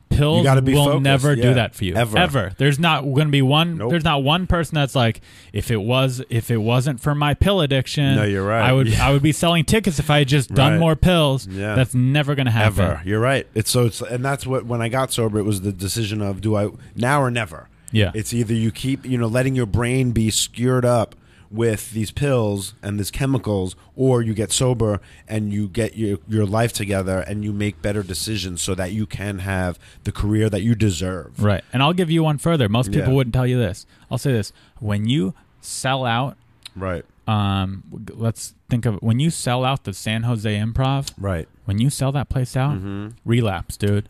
Speaker 6: Pills
Speaker 7: You gotta be
Speaker 6: will
Speaker 7: focused,
Speaker 6: never
Speaker 7: yeah.
Speaker 6: do that for you.
Speaker 7: Ever.
Speaker 6: There's not going to be one
Speaker 7: Nope.
Speaker 6: there's not one person that's like if it was if it wasn't for my pill addiction,
Speaker 7: No, you're right.
Speaker 6: I would
Speaker 7: Yeah.
Speaker 6: I would be selling tickets if I had just done
Speaker 7: Right.
Speaker 6: more pills.
Speaker 7: Yeah.
Speaker 6: That's never going to happen.
Speaker 7: Ever. You're right. It's so it's and that's what when I got sober it was the decision of do I now or never.
Speaker 6: Yeah.
Speaker 7: It's either you keep, you know, letting your brain be skewered up with these pills and these chemicals or you get sober and you get your your life together and you make better decisions so that you can have the career that you deserve.
Speaker 6: Right. And I'll give you one further. Most people
Speaker 7: Yeah.
Speaker 6: wouldn't tell you this. I'll say this. When you sell out,
Speaker 7: Right.
Speaker 6: um, g- let's think of when you sell out the San Jose Improv,
Speaker 7: Right. Mm-hmm.
Speaker 6: when you sell that place out, relapse, dude.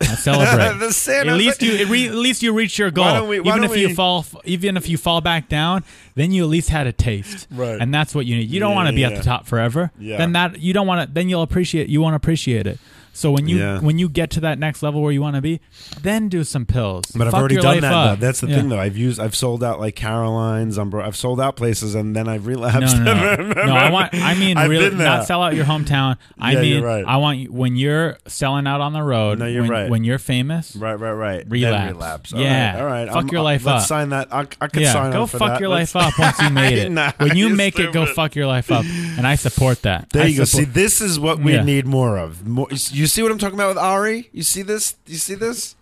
Speaker 6: I celebrate.
Speaker 7: The San
Speaker 6: at
Speaker 7: Jose-
Speaker 6: least you at, re, at least you reach your goal.
Speaker 7: don't we- why
Speaker 6: even if
Speaker 7: don't
Speaker 6: you
Speaker 7: we-
Speaker 6: fall f- even if you fall back down, then you at least had a taste.
Speaker 7: Right.
Speaker 6: And that's what you need. You don't
Speaker 7: Yeah,
Speaker 6: want to be
Speaker 7: yeah,
Speaker 6: at
Speaker 7: yeah.
Speaker 6: the top forever.
Speaker 7: Yeah.
Speaker 6: Then that you don't want to then you'll appreciate you won't appreciate it. So when you
Speaker 7: Yeah.
Speaker 6: when you get to that next level where you want to be, then do some pills.
Speaker 7: But I've
Speaker 6: Fuck
Speaker 7: already
Speaker 6: your
Speaker 7: done
Speaker 6: life
Speaker 7: that.
Speaker 6: up.
Speaker 7: Though. That's the
Speaker 6: Yeah.
Speaker 7: thing, though. I've used, I've sold out like Caroline's. I'm bro- I've sold out places, and then I've relapsed.
Speaker 6: No, no, no. no I want. I mean,
Speaker 7: I've
Speaker 6: really,
Speaker 7: been there.
Speaker 6: not sell out your hometown. I
Speaker 7: Yeah, you're
Speaker 6: mean,
Speaker 7: right.
Speaker 6: I want you, when you're selling out on the road.
Speaker 7: No, you're
Speaker 6: when,
Speaker 7: right.
Speaker 6: when you're famous.
Speaker 7: Right, right, right. Then
Speaker 6: Relapse.
Speaker 7: relapse. All
Speaker 6: Yeah.
Speaker 7: right, All right. uh,
Speaker 6: Fuck your life
Speaker 7: let's
Speaker 6: up.
Speaker 7: Sign that. I, I could
Speaker 6: Yeah,
Speaker 7: sign
Speaker 6: go
Speaker 7: up for
Speaker 6: fuck
Speaker 7: that.
Speaker 6: your
Speaker 7: Let's-
Speaker 6: life up once you made it.
Speaker 7: Nah,
Speaker 6: when you
Speaker 7: you're
Speaker 6: make it, go
Speaker 7: stupid.
Speaker 6: fuck your life up, and I support that.
Speaker 7: There
Speaker 6: I
Speaker 7: you go. See,
Speaker 6: support-
Speaker 7: this is what we
Speaker 6: Yeah.
Speaker 7: need more of. More, you see what I'm talking about with Ari? You see this? You see this?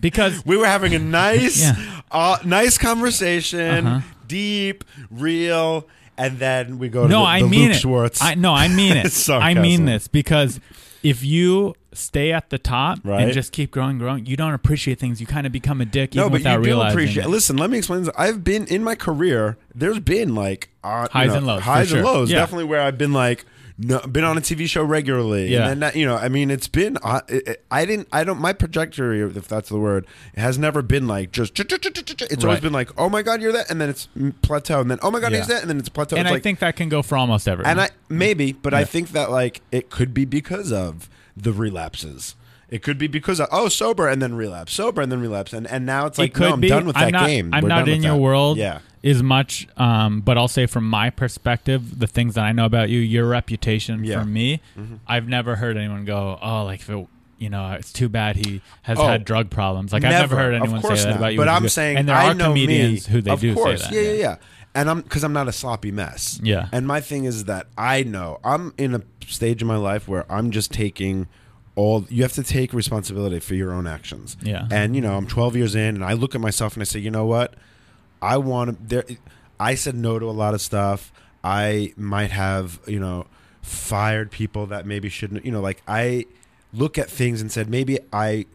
Speaker 6: because
Speaker 7: We were having a nice,
Speaker 6: Yeah. Uh-huh.
Speaker 7: uh, nice conversation, deep, real, and then we go to
Speaker 6: no,
Speaker 7: the,
Speaker 6: I
Speaker 7: the
Speaker 6: mean
Speaker 7: Luke
Speaker 6: it.
Speaker 7: Schwartz.
Speaker 6: I no, I mean
Speaker 7: It's
Speaker 6: it. I mean
Speaker 7: sarcasm.
Speaker 6: this because if you stay at the top
Speaker 7: Right.
Speaker 6: and just keep growing, growing, you don't appreciate things. You kind of become a dick
Speaker 7: no,
Speaker 6: even
Speaker 7: but
Speaker 6: without
Speaker 7: you do
Speaker 6: realizing.
Speaker 7: appreciate.
Speaker 6: it.
Speaker 7: Listen, let me explain. This. I've been in my career. There's been like uh, you
Speaker 6: Highs
Speaker 7: know,
Speaker 6: and lows, for
Speaker 7: highs and
Speaker 6: sure.
Speaker 7: lows.
Speaker 6: Yeah.
Speaker 7: Definitely where I've been like, no, been on a TV show regularly.
Speaker 6: Yeah.
Speaker 7: and then that, you know, I mean, it's been. Uh, it, it- I didn't. I don't. My trajectory, if that's the word, has never been like just. It's always
Speaker 6: Right.
Speaker 7: been like, oh my god, you're that, and then it's plateau, and then oh my god,
Speaker 6: Yeah.
Speaker 7: he's that, and then it's plateau.
Speaker 6: and
Speaker 7: It's
Speaker 6: I
Speaker 7: like-
Speaker 6: think that can go for almost everyone.
Speaker 7: and I maybe, but I think that like it could be because of the relapses. It could be because of oh sober and then relapse, sober and then relapse, and and now it's like
Speaker 6: it could
Speaker 7: no, I'm
Speaker 6: be.
Speaker 7: done with
Speaker 6: I'm
Speaker 7: that
Speaker 6: not,
Speaker 7: game.
Speaker 6: I'm
Speaker 7: We're
Speaker 6: not
Speaker 7: done with
Speaker 6: in your
Speaker 7: that.
Speaker 6: world
Speaker 7: Yeah,
Speaker 6: as much, um, but I'll say from my perspective, the things that I know about you, your reputation
Speaker 7: Yeah. Mm-hmm.
Speaker 6: for me, I've never heard anyone go, oh, like, if it, you know, it's too bad he has
Speaker 7: Oh,
Speaker 6: had drug problems. Like, I've never heard
Speaker 7: Of
Speaker 6: anyone say
Speaker 7: course
Speaker 6: that
Speaker 7: not.
Speaker 6: about you.
Speaker 7: But
Speaker 6: which is
Speaker 7: I'm
Speaker 6: good.
Speaker 7: saying,
Speaker 6: and there
Speaker 7: I
Speaker 6: are
Speaker 7: know
Speaker 6: comedians
Speaker 7: me.
Speaker 6: who they
Speaker 7: of
Speaker 6: do
Speaker 7: course.
Speaker 6: say that.
Speaker 7: Yeah, yeah, yeah. And I'm because I'm not a sloppy mess.
Speaker 6: Yeah.
Speaker 7: And my thing is that I know I'm in a stage in my life where I'm just taking all. You have to take responsibility for your own actions.
Speaker 6: Yeah.
Speaker 7: And you know, I'm 12 years in, and I look at myself and I say, you know what? I want to. There, I said no to a lot of stuff. I might have, you know, fired people that maybe shouldn't. You know, like I look at things and said maybe I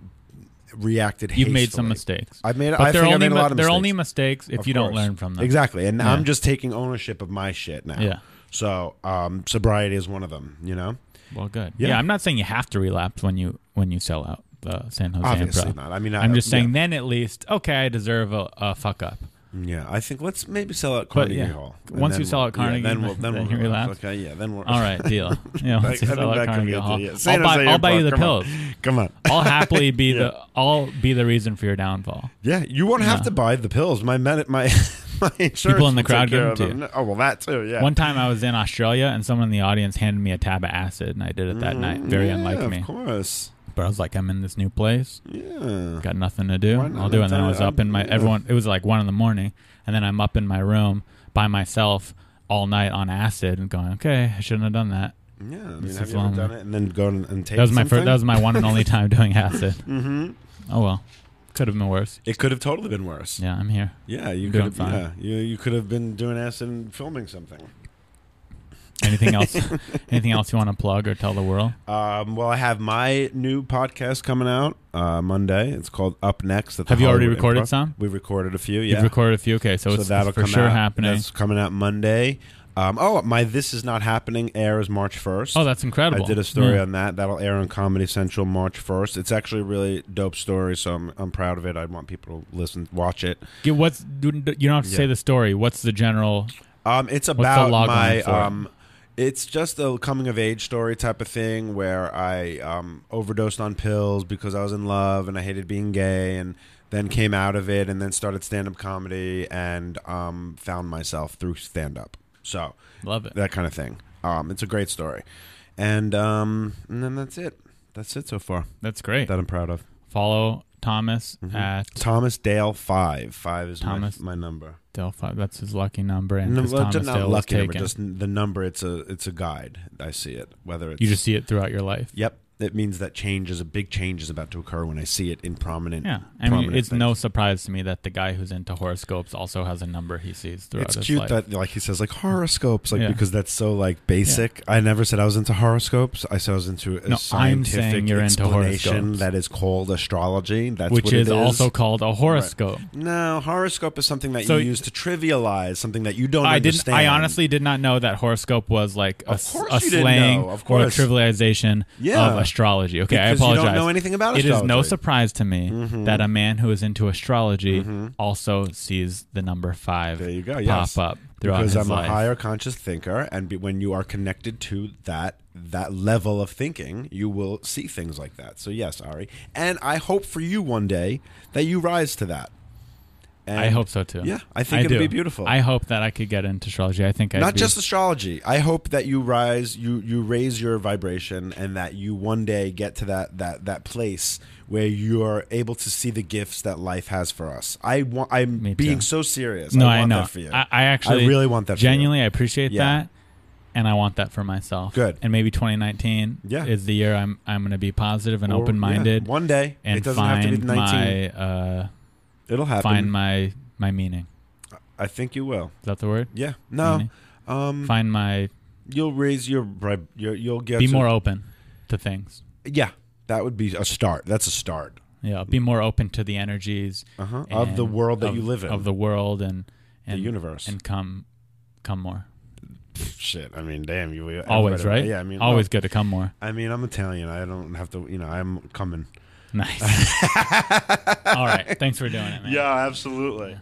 Speaker 7: reacted.
Speaker 6: You've made some
Speaker 7: hastily.
Speaker 6: mistakes.
Speaker 7: I've made.
Speaker 6: But
Speaker 7: I
Speaker 6: they're,
Speaker 7: think
Speaker 6: only,
Speaker 7: I made a
Speaker 6: mi-
Speaker 7: lot of
Speaker 6: they're
Speaker 7: mistakes.
Speaker 6: only mistakes if
Speaker 7: Of
Speaker 6: you don't
Speaker 7: course.
Speaker 6: learn from them.
Speaker 7: Exactly, and
Speaker 6: Yeah.
Speaker 7: I'm just taking ownership of my shit now.
Speaker 6: Yeah.
Speaker 7: So um, sobriety is one of them. You know,
Speaker 6: Well, good.
Speaker 7: Yeah.
Speaker 6: Yeah. I'm not saying you have to relapse when you when you sell out the San Jose
Speaker 7: obviously
Speaker 6: Improv.
Speaker 7: not. I mean, I,
Speaker 6: I'm just saying,
Speaker 7: yeah.
Speaker 6: then at least, okay, I deserve a, a fuck up.
Speaker 7: Yeah, I think let's maybe sell out Carnegie
Speaker 6: yeah,
Speaker 7: Hall.
Speaker 6: once
Speaker 7: then
Speaker 6: we sell out
Speaker 7: yeah,
Speaker 6: Carnegie,
Speaker 7: then we'll then,
Speaker 6: then
Speaker 7: we'll
Speaker 6: you
Speaker 7: relax.
Speaker 6: relapse.
Speaker 7: Okay, yeah, then we're
Speaker 6: All right, deal. Yeah,
Speaker 7: I-
Speaker 6: once you sell
Speaker 7: I think
Speaker 6: out
Speaker 7: that could
Speaker 6: Carnegie
Speaker 7: be a
Speaker 6: Hall,
Speaker 7: deal. San
Speaker 6: "Oh, I'll buy,
Speaker 7: Jose
Speaker 6: I'll buy you the
Speaker 7: Improv, come on.
Speaker 6: pills.
Speaker 7: Come on.
Speaker 6: I'll happily be the I'll be the reason for your downfall.
Speaker 7: Yeah, you won't have to buy the pills. My med- my my insurance.
Speaker 6: People in the
Speaker 7: will take
Speaker 6: crowd give
Speaker 7: care
Speaker 6: them to
Speaker 7: of them. Oh well, that too. Yeah.
Speaker 6: One time I was in Australia and someone in the audience handed me a tab of acid and I did it that night. Very
Speaker 7: Mm, yeah,
Speaker 6: unlike
Speaker 7: of
Speaker 6: me.
Speaker 7: course.
Speaker 6: But I was like, I'm in this new place,
Speaker 7: Yeah.
Speaker 6: got nothing to do.
Speaker 7: Why not?
Speaker 6: I'll do it. And then I was
Speaker 7: I'm-
Speaker 6: up in my
Speaker 7: yeah.
Speaker 6: everyone it was like one in the morning and then I'm up in my room by myself all night on acid and going, Okay, I shouldn't have done that.
Speaker 7: Yeah. I mean,
Speaker 6: This
Speaker 7: have
Speaker 6: is
Speaker 7: you ever
Speaker 6: long.
Speaker 7: done it and then go and, and take?
Speaker 6: That was my first,
Speaker 7: something?
Speaker 6: that was my one and only time doing acid. mm-hmm. Oh well. Could have been worse.
Speaker 7: It could have totally been worse.
Speaker 6: Yeah, I'm here.
Speaker 7: Yeah, you
Speaker 6: I'm
Speaker 7: could
Speaker 6: doing
Speaker 7: have.
Speaker 6: fine.
Speaker 7: Yeah, you you could have been doing acid and filming something.
Speaker 6: Anything else? anything else you want to plug or tell the world?
Speaker 7: Um, well, I have my new podcast coming out uh, Monday. It's called Up Next. At the
Speaker 6: Have you already
Speaker 7: Hollywood
Speaker 6: recorded
Speaker 7: Improv.
Speaker 6: some?
Speaker 7: We recorded a few. Yeah,
Speaker 6: You've recorded a few. Okay, so,
Speaker 7: so
Speaker 6: it's,
Speaker 7: that'll
Speaker 6: it's for
Speaker 7: come
Speaker 6: sure
Speaker 7: out.
Speaker 6: happening.
Speaker 7: That's coming out Monday. Um, oh, my This Is Not Happening airs March first.
Speaker 6: oh, that's incredible. Hmm.
Speaker 7: I did a story
Speaker 6: Yeah.
Speaker 7: on that. That'll air on Comedy Central March first. It's actually a really dope story, so I'm I'm proud of it. I want people to listen, watch it.
Speaker 6: Get what's you don't have to
Speaker 7: Yeah.
Speaker 6: say the story. What's the general?
Speaker 7: Um, it's
Speaker 6: the
Speaker 7: about
Speaker 6: log
Speaker 7: my
Speaker 6: line for it?
Speaker 7: um, it's just a coming of age story type of thing where I um, overdosed on pills because I was in love and I hated being gay and then came out of it and then started stand up comedy and um, found myself through stand up. So
Speaker 6: Love it.
Speaker 7: that kind of thing. Um, it's a great story, and um, and then that's it. That's it so far
Speaker 6: That's great.
Speaker 7: that Mm-hmm. I'm proud of.
Speaker 6: Follow Thomas at
Speaker 7: Thomas Dale five five is
Speaker 6: Thomas-
Speaker 7: my, my number.
Speaker 6: Delphi. That's his lucky number, and
Speaker 7: No,
Speaker 6: his
Speaker 7: well,
Speaker 6: Thomas
Speaker 7: just not
Speaker 6: Dale was
Speaker 7: lucky number,
Speaker 6: taken.
Speaker 7: just the number. It's a it's a guide. I see it. Whether it's
Speaker 6: you just see it throughout your life.
Speaker 7: Yep, it means that change is a big change is about to occur when I see it in prominent.
Speaker 6: Yeah, I mean,
Speaker 7: prominent
Speaker 6: it's
Speaker 7: things.
Speaker 6: no surprise to me that the guy who's into horoscopes also has a number he sees throughout
Speaker 7: It's
Speaker 6: his
Speaker 7: cute
Speaker 6: life.
Speaker 7: that like he says like horoscopes like
Speaker 6: Yeah.
Speaker 7: because that's so like basic. I never said I was into horoscopes. I said I was into a
Speaker 6: No, I'm
Speaker 7: scientific
Speaker 6: saying you're into
Speaker 7: explanation
Speaker 6: horoscopes.
Speaker 7: that is called astrology. That's
Speaker 6: which
Speaker 7: what it
Speaker 6: is also called a horoscope.
Speaker 7: no horoscope is something that
Speaker 6: So-
Speaker 7: you use to trivialize something that you don't.
Speaker 6: I didn't.
Speaker 7: understand.
Speaker 6: I honestly did not know that horoscope was like a,
Speaker 7: Of
Speaker 6: s-
Speaker 7: course
Speaker 6: a
Speaker 7: you didn't
Speaker 6: slang
Speaker 7: know, of
Speaker 6: or a
Speaker 7: course.
Speaker 6: trivialization
Speaker 7: Yeah.
Speaker 6: of astrology. Okay,
Speaker 7: Because
Speaker 6: I
Speaker 7: you don't
Speaker 6: apologize.
Speaker 7: know anything about
Speaker 6: It is no
Speaker 7: astrology. Mm-hmm.
Speaker 6: surprise to me that a man who is into astrology also sees the number five
Speaker 7: There you go,
Speaker 6: pop
Speaker 7: yes.
Speaker 6: up. throughout
Speaker 7: because
Speaker 6: his
Speaker 7: I'm
Speaker 6: life.
Speaker 7: a higher conscious thinker, and be, when you are connected to that that level of thinking, you will see things like that. So yes, Ari, and I hope for you one day that you rise to that. And
Speaker 6: I hope so too.
Speaker 7: Yeah, I think it'll
Speaker 6: do.
Speaker 7: be beautiful.
Speaker 6: I hope that I could get into astrology. I think I'd
Speaker 7: Not
Speaker 6: be-
Speaker 7: just astrology. I hope that you rise, you you raise your vibration, and that you one day get to that that that place where you are able to see the gifts that life has for us. I want. I'm
Speaker 6: Me too.
Speaker 7: being so serious.
Speaker 6: no.
Speaker 7: I,
Speaker 6: I,
Speaker 7: want
Speaker 6: know.
Speaker 7: That for you.
Speaker 6: I, I actually
Speaker 7: I really want that for you.
Speaker 6: Genuinely, I appreciate
Speaker 7: Yeah.
Speaker 6: that, and I want that for myself.
Speaker 7: Good.
Speaker 6: And maybe 2019
Speaker 7: Yeah.
Speaker 6: is the year I'm I'm going to be positive and
Speaker 7: Or-
Speaker 6: open minded.
Speaker 7: yeah, one day
Speaker 6: and
Speaker 7: it doesn't have
Speaker 6: find
Speaker 7: to be 19.
Speaker 6: my uh,
Speaker 7: It'll happen.
Speaker 6: find my my meaning.
Speaker 7: I think you will.
Speaker 6: Is that the word?
Speaker 7: Yeah. um, No.
Speaker 6: Meaning? Find my
Speaker 7: You'll raise your, vib- your you'll get
Speaker 6: be
Speaker 7: to-
Speaker 6: more open to things.
Speaker 7: Yeah. That would be a start. That's a start.
Speaker 6: Yeah, be more open to the energies
Speaker 7: Uh-huh. Of the
Speaker 6: and
Speaker 7: world that
Speaker 6: of-
Speaker 7: you live in.
Speaker 6: of the world and and
Speaker 7: universe.
Speaker 6: and come come more.
Speaker 7: Shit. I mean, damn, you everybody-
Speaker 6: Always, right?
Speaker 7: Yeah, I mean,
Speaker 6: always
Speaker 7: look,
Speaker 6: good to come more.
Speaker 7: I mean, I'm Italian. I don't have to, you know, I'm coming.
Speaker 6: Nice. All right, thanks for doing it, man.
Speaker 7: Yeah, absolutely.